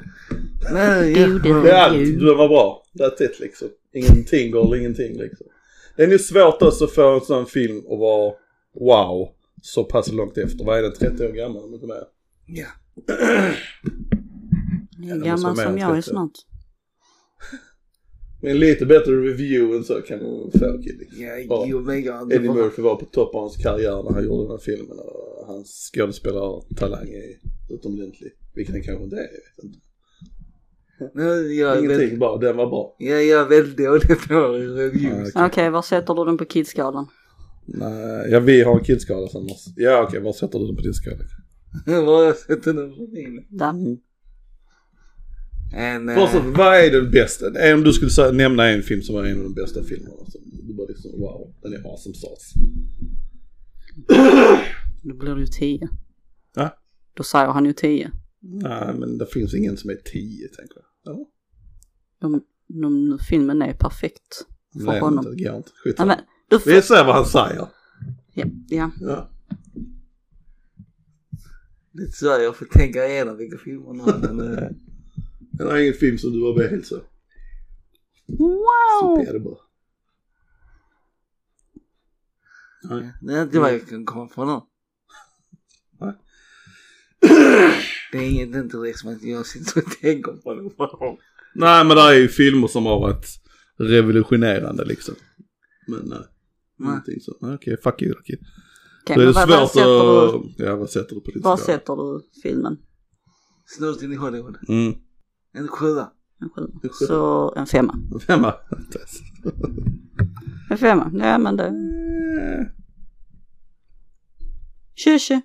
Speaker 3: Nej, ja.
Speaker 1: Beautiful.
Speaker 2: Det är
Speaker 3: Mm.
Speaker 2: allt. Den var bra. That's it liksom. Ingenting går ingenting liksom. Det är ju svårt också att få en sån film att vara wow så pass långt efter. Vad är den? 30 år gammal? Om inte mer.
Speaker 3: ja.
Speaker 1: Ni
Speaker 2: Ja,
Speaker 1: är
Speaker 2: det måste
Speaker 1: gammal
Speaker 2: vara mer
Speaker 1: som
Speaker 2: än
Speaker 1: jag är
Speaker 2: 30.
Speaker 1: snart.
Speaker 2: Men lite bättre review än så kan man få kid. Liksom.
Speaker 3: Ja,
Speaker 2: Bra.
Speaker 3: jo men jag... det
Speaker 2: Eddie
Speaker 3: var-
Speaker 2: Murphy var på topp av hans karriär när han gjorde den här filmen och hans skådespelartalang är utomordentlig. Vilket den kanske inte är, jag vet inte.
Speaker 3: Nej, jag är väldigt,
Speaker 2: Ingenting bra, den var bra.
Speaker 3: ja, jag är väldigt dålig på reviews.
Speaker 1: Okej, var sätter du den på kidskalan?
Speaker 2: Nej, ja vi har en killskala sen. måste- Ja okej, var sätter du den på din skala?
Speaker 3: Vad har jag sett den över min?
Speaker 1: Där.
Speaker 3: En,
Speaker 2: Först
Speaker 3: eh,
Speaker 2: och vad är den bästa? Eh, Om du skulle säga- nämna en film som är en av de bästa filmerna. Som du bara liksom wow, den är awesome sauce.
Speaker 1: Då blir det ju 10.
Speaker 2: Ja.
Speaker 1: Då säger han ju 10.
Speaker 2: Nej men det finns ingen som är 10 tänker jag. Ja.
Speaker 1: De, de, filmen är perfekt för
Speaker 2: Nej, men
Speaker 1: honom.
Speaker 2: det går inte.
Speaker 1: Nej,
Speaker 2: Skitsamma.
Speaker 1: men, du får...
Speaker 2: Vi ser vad han säger.
Speaker 1: Ja, ja.
Speaker 2: Ja.
Speaker 3: lite så här, jag får tänka igenom vilka filmer nu. men, eh,
Speaker 2: Det är ingen film som du var med helt så.
Speaker 1: Wow!
Speaker 2: Så är det bara. Nej.
Speaker 3: Det är inte vad jag kan komma på nu.
Speaker 2: Nej.
Speaker 3: Det är inget, det är inte liksom att jag sitter och tänker på det.
Speaker 2: Nej men det är ju filmer som har varit revolutionerande liksom. Men nej.
Speaker 3: Nej.
Speaker 2: Ingenting så. Nej, Okej, fuck you Rocky.
Speaker 1: Okej,
Speaker 2: Då
Speaker 1: men
Speaker 2: är det
Speaker 1: vad- vad
Speaker 2: svårt
Speaker 1: sätter du-
Speaker 2: att... Ja vad sätter du på din
Speaker 1: Vad
Speaker 2: skala?
Speaker 1: sätter du filmen?
Speaker 3: Snuten i Hollywood.
Speaker 2: Mm.
Speaker 3: En sjua.
Speaker 1: En sjua. Så en femma.
Speaker 2: Femma.
Speaker 1: En femma, ja men det... Tjusje.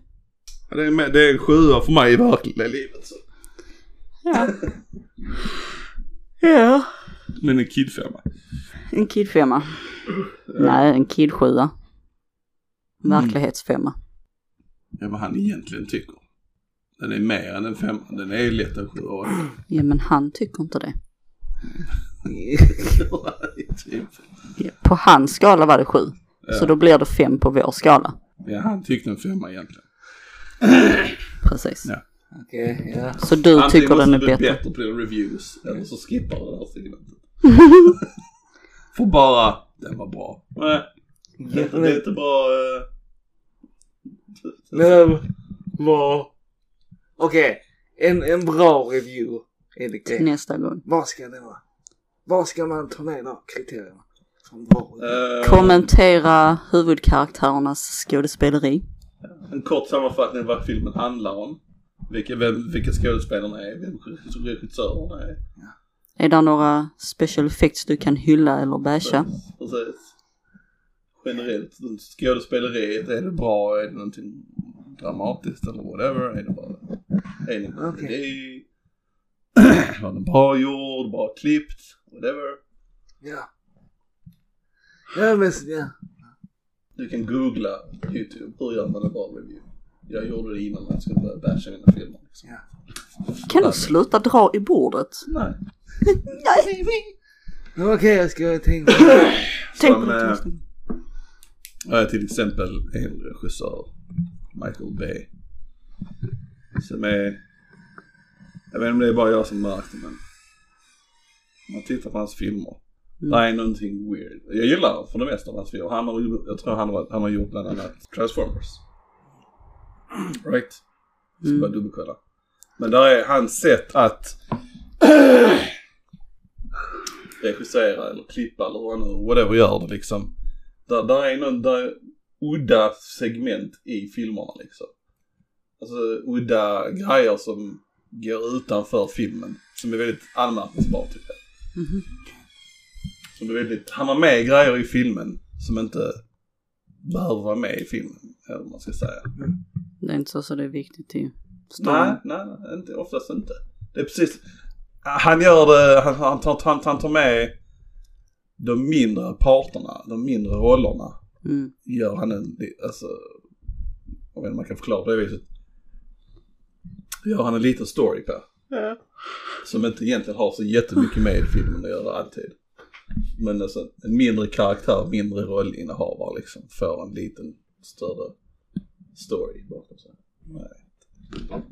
Speaker 2: Ja, det, är med, det är en sjua för mig i verkliga livet. Så.
Speaker 1: Ja. ja.
Speaker 2: Men en kidfemma.
Speaker 1: En kidfemma. Nej, en kidsjua.
Speaker 2: Mm.
Speaker 1: Verklighetsfemma.
Speaker 2: Det är vad han egentligen tycker. Den är mer än en femma. Den är lätt en sjua.
Speaker 1: Ja men han tycker inte det.
Speaker 2: Typ.
Speaker 1: På hans skala var det sju. Så
Speaker 2: Ja.
Speaker 1: då blir det fem på vår skala.
Speaker 2: ja, han tyckte en femma egentligen.
Speaker 1: Precis.
Speaker 2: Ja.
Speaker 3: Okej, ja.
Speaker 1: Så du tycker den är
Speaker 2: måste du
Speaker 1: bättre.
Speaker 2: bättre på dina reviews eller så skippar du det här segmentet. Får bara, den var bra. Nej, det är inte bra. eh,
Speaker 3: Men,
Speaker 2: Bra.
Speaker 3: Okej, en, en bra review är det
Speaker 1: Till
Speaker 3: grejen.
Speaker 1: nästa gång.
Speaker 3: Vad ska det vara? Vad ska man ta med då? Kriterierna. För en bra review.
Speaker 2: Eh,
Speaker 1: Kommentera huvudkaraktärernas skådespeleri.
Speaker 2: En kort sammanfattning av vad filmen handlar om. Vilka, vem, vilka skådespelarna är, vem regissörerna är.
Speaker 1: Är det några special effects du kan hylla eller basha?
Speaker 2: Precis. Generellt, skådespeleriet, är det bra? Är det någonting dramatiskt eller whatever? Är det bara... Är det en
Speaker 3: Okej.
Speaker 2: idé? Var den bra gjord? Bra klippt? Whatever.
Speaker 3: Ja. Ja, men så- ja.
Speaker 2: Du kan googla på YouTube, hur gör man en bra review? Jag gjorde det innan jag skulle börja basha mina filmer. Liksom.
Speaker 3: ja.
Speaker 1: Kan du sluta dra i bordet?
Speaker 2: Nej.
Speaker 3: Men Okej, jag ska tänka.
Speaker 1: Tänk
Speaker 2: Som,
Speaker 1: på det till
Speaker 2: eh,
Speaker 1: nästa gång.
Speaker 2: Eh, till exempel en regissör, Michael Bay. Som är... Jag vet inte om det är bara jag som märkt det men... Om man tittar på hans filmer.
Speaker 1: Mm.
Speaker 2: Det är någonting weird. Jag gillar för det mesta av hans filmer. Han har, ju- jag tror han har, han har gjort bland annat Transformers. Right? Ska
Speaker 1: Mm.
Speaker 2: bara dubbelkolla. Men där är hans sätt att regissera eller klippa eller vad han nu- whatever gör det liksom. Där, där är någon, där är udda segment i filmerna liksom. Alltså udda grejer som går utanför filmen. Som är väldigt anmärkningsbart tycker jag.
Speaker 1: Mhm.
Speaker 2: Som är väldigt, han har med grejer i filmen som inte behöver vara med i filmen. Eller vad man ska säga.
Speaker 1: Det är inte så, så det är viktigt ju.
Speaker 2: Nej, nej, nej, inte, oftast inte. Det är precis, han gör det, han, han, tar, han, han tar med de mindre parterna, de mindre rollerna.
Speaker 1: Mm.
Speaker 2: Gör han en, alltså, jag vet inte om man kan förklara på det viset. Gör han en liten story på. Som inte egentligen har så jättemycket med i filmen att göra alltid. Men alltså, en mindre karaktär, mindre rollinnehavare liksom, får en liten större story bakom sig. Nej,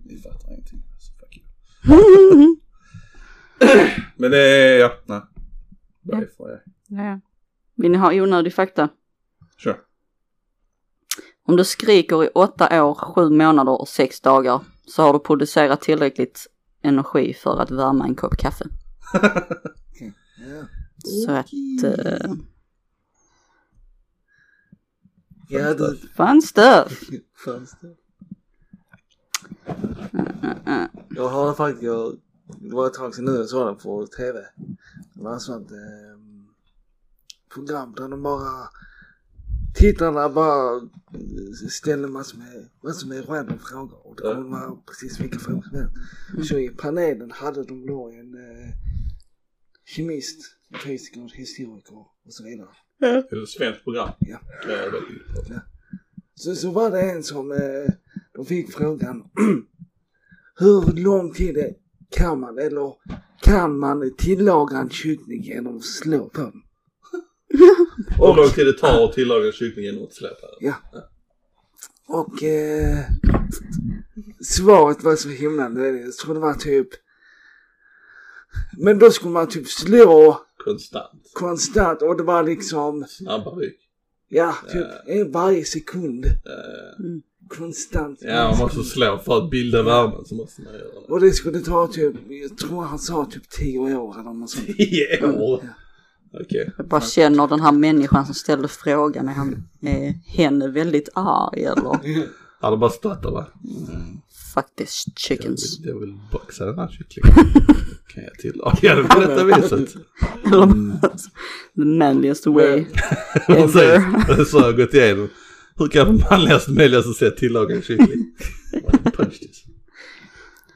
Speaker 2: ni fattar ingenting. Så fuck you. Men det är, ja, nej.
Speaker 1: Mm.
Speaker 2: Därför jag,
Speaker 1: Ja. Vill ni ha onödig fakta?
Speaker 2: kör.
Speaker 1: Om du skriker i åtta år, sju månader och sex dagar så har du producerat tillräckligt energi för att värma en kopp kaffe.
Speaker 3: Ja.
Speaker 1: Så att... eh,
Speaker 3: Ja, du.
Speaker 1: fun stuff!
Speaker 3: Fönster. Jag har faktiskt, jag, det var ett tag sedan nu jag såg den på TV. Det var ett sånt eh, program där de bara, tittarna bara eh, ställde massor med, massor med random frågor. Och det kunde vara precis vilka frågor som helst. Så i panelen hade de då en eh, kemist, en fysiker, en historiker och så vidare.
Speaker 2: Är det ett svenskt program?
Speaker 3: Ja.
Speaker 2: Det är väldigt bra.
Speaker 3: Så, så var det en som, eh, de fick frågan hur lång tid det- kan man, eller kan man tillaga en kyckling genom att slå på den?
Speaker 2: Och hur lång tid det tar att tillaga en kyckling genom att släpa den?
Speaker 3: Ja. Och eh, svaret var så himla löjligt. Jag tror det var typ, men då skulle man typ slå
Speaker 2: Konstant.
Speaker 3: konstant och det var liksom,
Speaker 2: Snabba ryck.
Speaker 3: Ja, typ en varje sekund.
Speaker 2: Eh,
Speaker 3: Konstant.
Speaker 2: ja, man måste slå för att bilda värmen så måste man göra det.
Speaker 3: Och det skulle ta typ, jag tror han sa typ 10 år eller något sånt.
Speaker 2: Tio år! Okej.
Speaker 1: Jag bara känner den här människan som ställde frågan, är, han, är hen väldigt arg eller?
Speaker 2: Han har bara stått där va?
Speaker 1: Fuck this chickens.
Speaker 2: Jag vill boxa den här kycklingen. kan jag tillaga den på detta viset.
Speaker 1: Eller the manliest way ever.
Speaker 2: Precis, så har jag gått igenom. Hur kan jag på manligaste möjligaste sätt tillaga en kyckling? Punch this.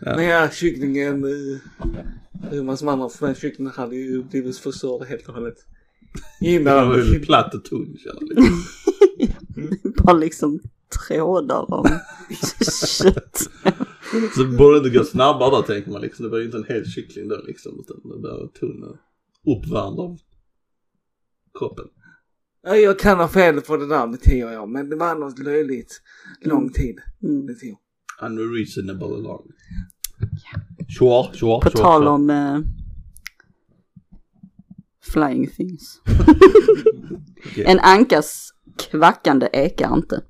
Speaker 3: Men ja, kycklingen, eh, massor andra för den kycklingen hade ju blivit förstörd helt och hållet.
Speaker 2: Den var
Speaker 3: Innan,
Speaker 2: ju platt och tunn kärlek.
Speaker 1: Bara liksom trådar om kött.
Speaker 2: Så borde det gå snabbare då tänker man liksom. Det var ju inte en hel kyckling då liksom. Utan det var tunn och uppvärmd av kroppen.
Speaker 3: ja, jag kan ha fel på det där med 10 år, men det var något löjligt lång tid.
Speaker 1: Mm.
Speaker 3: Det tog.
Speaker 2: Unreasonable along. Sure, sure,
Speaker 1: På
Speaker 2: sure,
Speaker 1: tal
Speaker 2: sure.
Speaker 1: om eh, flying things. en ankas kvackande ekar inte.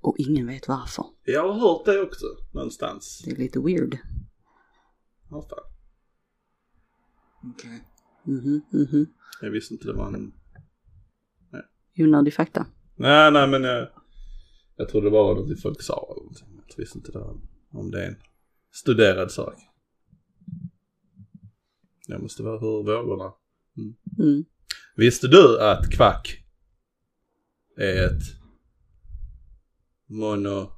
Speaker 1: Och ingen vet varför.
Speaker 2: Jag har hört det också någonstans.
Speaker 1: Det är lite weird.
Speaker 2: Ja, fan.
Speaker 3: Okej.
Speaker 1: Mhm, mhm.
Speaker 2: Jag visste inte det var en...
Speaker 1: Onödig fakta.
Speaker 2: Nej, nej men jag... Jag trodde det bara var något folk sa eller någonting. Jag visste inte det var, om det är en studerad sak. Jag måste vara hur vågorna.
Speaker 1: Mm.
Speaker 2: Visste du att kvack är ett mono...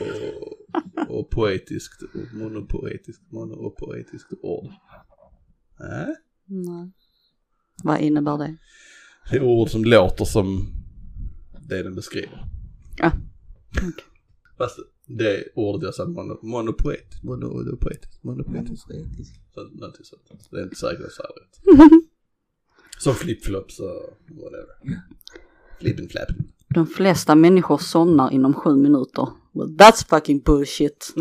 Speaker 2: och, och poetiskt, och monopoetiskt, monoopoetiskt ord? Äh? Nej.
Speaker 1: Nej. Vad innebär det?
Speaker 2: Det är ord som låter som det den beskriver.
Speaker 1: Ja.
Speaker 2: Fast det ordet jag sa, mono, monopoet, monopoetiskt, monopoetiskt. Så, någonting sånt. Så Det är inte säkert jag sa det rätt. Som flipflops och whatever. Flippin' flappin'.
Speaker 1: De flesta människor somnar inom sju minuter. Well, that's fucking bullshit.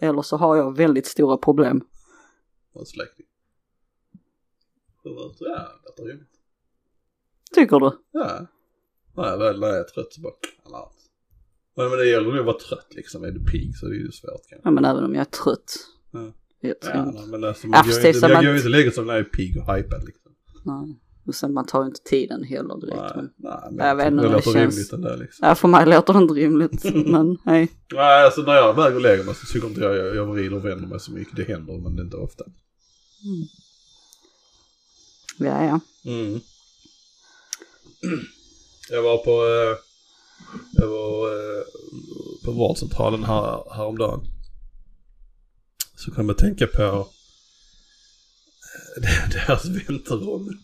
Speaker 1: Eller så har jag väldigt stora problem.
Speaker 2: Och släkting. Det var- Ja, det var ju...
Speaker 1: Tycker du?
Speaker 2: Ja. Nej, väl när jag är trött så bara... Nej, men det gäller nog att vara trött liksom. Är du pigg så är det ju svårt kanske.
Speaker 1: Ja, men även om jag är trött.
Speaker 2: Ja.
Speaker 1: Jag tror
Speaker 2: Ja,
Speaker 1: inte.
Speaker 2: nej, men alltså,
Speaker 1: Ja,
Speaker 2: man gör ju
Speaker 1: precis,
Speaker 2: inte,
Speaker 1: som
Speaker 2: jag
Speaker 1: att-
Speaker 2: gör ju inte läget som när jag är pigg och hypad liksom.
Speaker 1: Nej. Och sen man tar ju inte tiden heller direkt.
Speaker 2: Nej,
Speaker 1: Men...
Speaker 2: nej, men
Speaker 1: Jag vet inte
Speaker 2: det
Speaker 1: om det
Speaker 2: låter
Speaker 1: känns-
Speaker 2: rimligt ändå liksom.
Speaker 1: Ja, för mig låter det inte rimligt. men hej.
Speaker 2: Nej, alltså när jag väl går och lägger mig så tycker inte jag, jag, jag vrider och vänder mig så mycket. Det händer, men det är inte ofta.
Speaker 1: Ja, ja.
Speaker 2: Mm. Jag var på, eh, jag var eh, på vårdcentralen här, häromdagen. Så kom jag att tänka på eh, deras vänterum.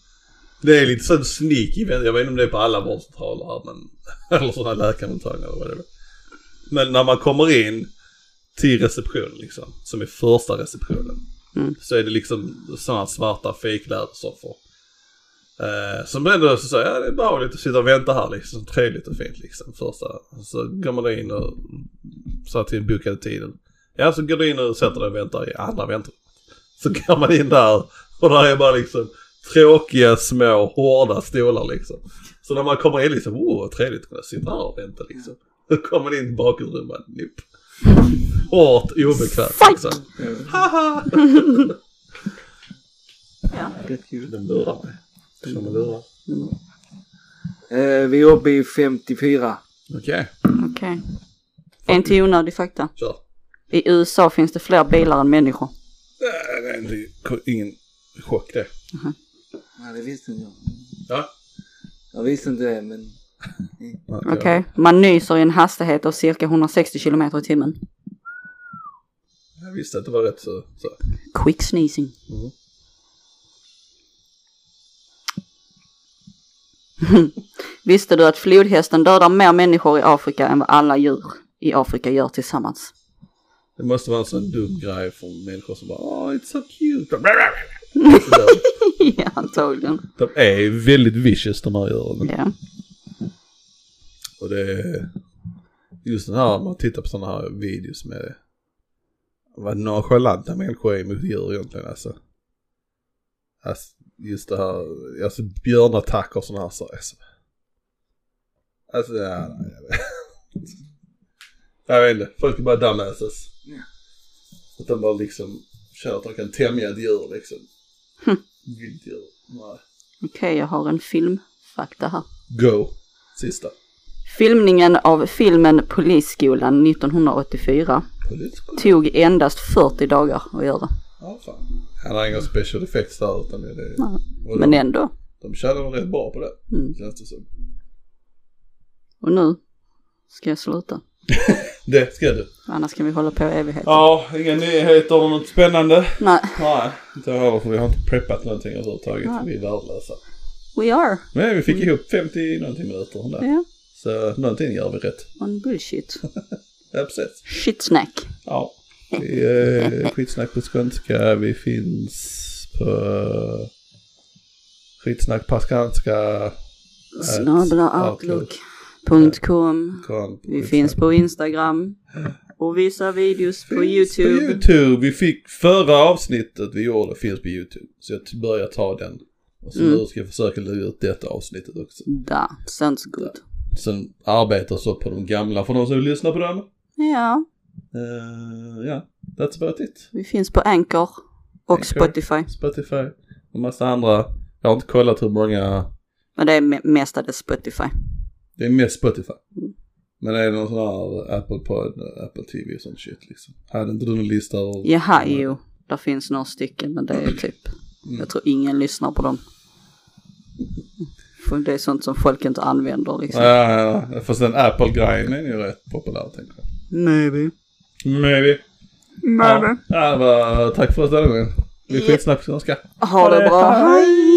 Speaker 2: Det är lite sån sneaky vänt- jag vet inte om det är på alla vårdcentraler här men, eller sådana läkarmottagningar eller vad det är. Men när man kommer in till receptionen liksom, som är första receptionen.
Speaker 1: Mm.
Speaker 2: Så är det liksom sådana svarta fejklädersoffor. Eh, som ändå så säger ja det är behagligt att sitta och vänta här liksom, trevligt och fint liksom. Första, så går man in och så här till den bokade tiden. Ja så går du in och sätter dig och väntar i andra väntrummet. Så går man in där och där är bara liksom tråkiga små hårda stolar liksom. Så när man kommer in liksom, oh vad trevligt att kunna sitta här och vänta liksom. Då kommer man in i bakgrundet bara, nipp. Hårt, obekvämt liksom. Haha!
Speaker 3: Rätt ljud.
Speaker 2: Den lurar mig. Känner mig lurad.
Speaker 3: Eh, vi är uppe i 54.
Speaker 2: Okej,
Speaker 1: Okej. En till onödig fakta.
Speaker 2: kör.
Speaker 1: I USA finns det fler bilar än människor.
Speaker 2: Nej, det är inte- ingen chock det.
Speaker 3: Nej, det visste inte jag.
Speaker 2: Ja.
Speaker 3: Jag visste inte det, men
Speaker 1: Okej. Man nyser i en hastighet av cirka 160 kilometer i timmen.
Speaker 2: Jag visste att det var rätt så. så.
Speaker 1: Quick sneezing.
Speaker 2: Mm.
Speaker 1: Visste du att flodhästen dödar mer människor i Afrika än vad alla djur i Afrika gör tillsammans?
Speaker 2: Det måste vara en sån dum grej från människor som bara oh it's so cute. Sådär.
Speaker 1: ja, antagligen.
Speaker 2: de är väldigt vicious de här djuren.
Speaker 1: Ja.
Speaker 2: Och det är just den här, om man tittar på sådana här videos med vad nonchalanta människor är mot djur egentligen alltså. Alltså, just det här, alltså björnattacker och sådana här saker. Alltså, alltså ja, nej, jag vet. Jag vet inte, folk är bara dumbasses.
Speaker 3: Ja.
Speaker 2: Att de bara liksom känner att de kan tämja ett djur liksom. Vilddjur. Nej.
Speaker 1: Okej, jag har en filmfakta här.
Speaker 2: Go. Sista.
Speaker 1: Filmningen av filmen Polisskolan 1984
Speaker 2: Politiker.
Speaker 1: tog endast 40 dagar att göra.
Speaker 2: Ja, fan. Han har inga special effects där utan det är...
Speaker 1: Nej,
Speaker 2: och
Speaker 1: Men
Speaker 2: de,
Speaker 1: ändå.
Speaker 2: de tjänar väl rätt bra på det,
Speaker 1: Mm.
Speaker 2: känns det som.
Speaker 1: Och nu ska jag sluta.
Speaker 2: Det ska du.
Speaker 1: Annars kan vi hålla på i evighet.
Speaker 2: Ja, inga nyheter om något spännande.
Speaker 1: Nej,
Speaker 2: Nej, inte jag heller för vi har inte preppat någonting överhuvudtaget.
Speaker 1: Nej.
Speaker 2: Vi är värdelösa.
Speaker 1: we are.
Speaker 2: Men vi fick ihop 50 någonting minuter där.
Speaker 1: Ja,
Speaker 2: Så någonting gör vi rätt.
Speaker 1: on bullshit.
Speaker 2: Ja, precis.
Speaker 1: Shit snack.
Speaker 2: Ja. Vi, eh, skitsnack på skånska, vi finns på eh, skitsnack på skånska.
Speaker 1: Snabblaoutlook.com.
Speaker 2: Kom,
Speaker 1: Vi finns på Instagram. Och vissa videos på YouTube.
Speaker 2: YouTube. Vi fick förra avsnittet vi gjorde finns på YouTube. Så jag t- börjar ta den. Och så
Speaker 1: Mm.
Speaker 2: nu ska jag försöka lägga ut detta avsnittet också.
Speaker 1: Da, sounds good.
Speaker 2: Sen arbetar jag så på de gamla för de som vill lyssna på dem.
Speaker 1: Ja,
Speaker 2: Eh, Ja, that's about it.
Speaker 1: vi finns på Anchor och
Speaker 2: Anchor.
Speaker 1: Spotify.
Speaker 2: Spotify och massa andra. Jag har inte kollat hur många,
Speaker 1: Men det är me- mestadels Spotify.
Speaker 2: det är mest Spotify.
Speaker 1: Mm.
Speaker 2: Men är det någon sån här Apple Pod, Apple TV och sånt shit liksom? Hade inte du någon lista över?
Speaker 1: Jaha, jo. Där finns några stycken men det är typ,
Speaker 2: Mm.
Speaker 1: jag tror ingen lyssnar på dem. För det är sånt som folk inte använder liksom.
Speaker 2: Ja, ja, ja. Fast den Apple-grejen är ju rätt populär tänker jag.
Speaker 1: Maybe.
Speaker 2: Maybe. Ja, ja, det var, tack för oss denna gången. Vi
Speaker 1: Ja.
Speaker 2: skitsnack på skånska.
Speaker 1: Ha det bra, hej!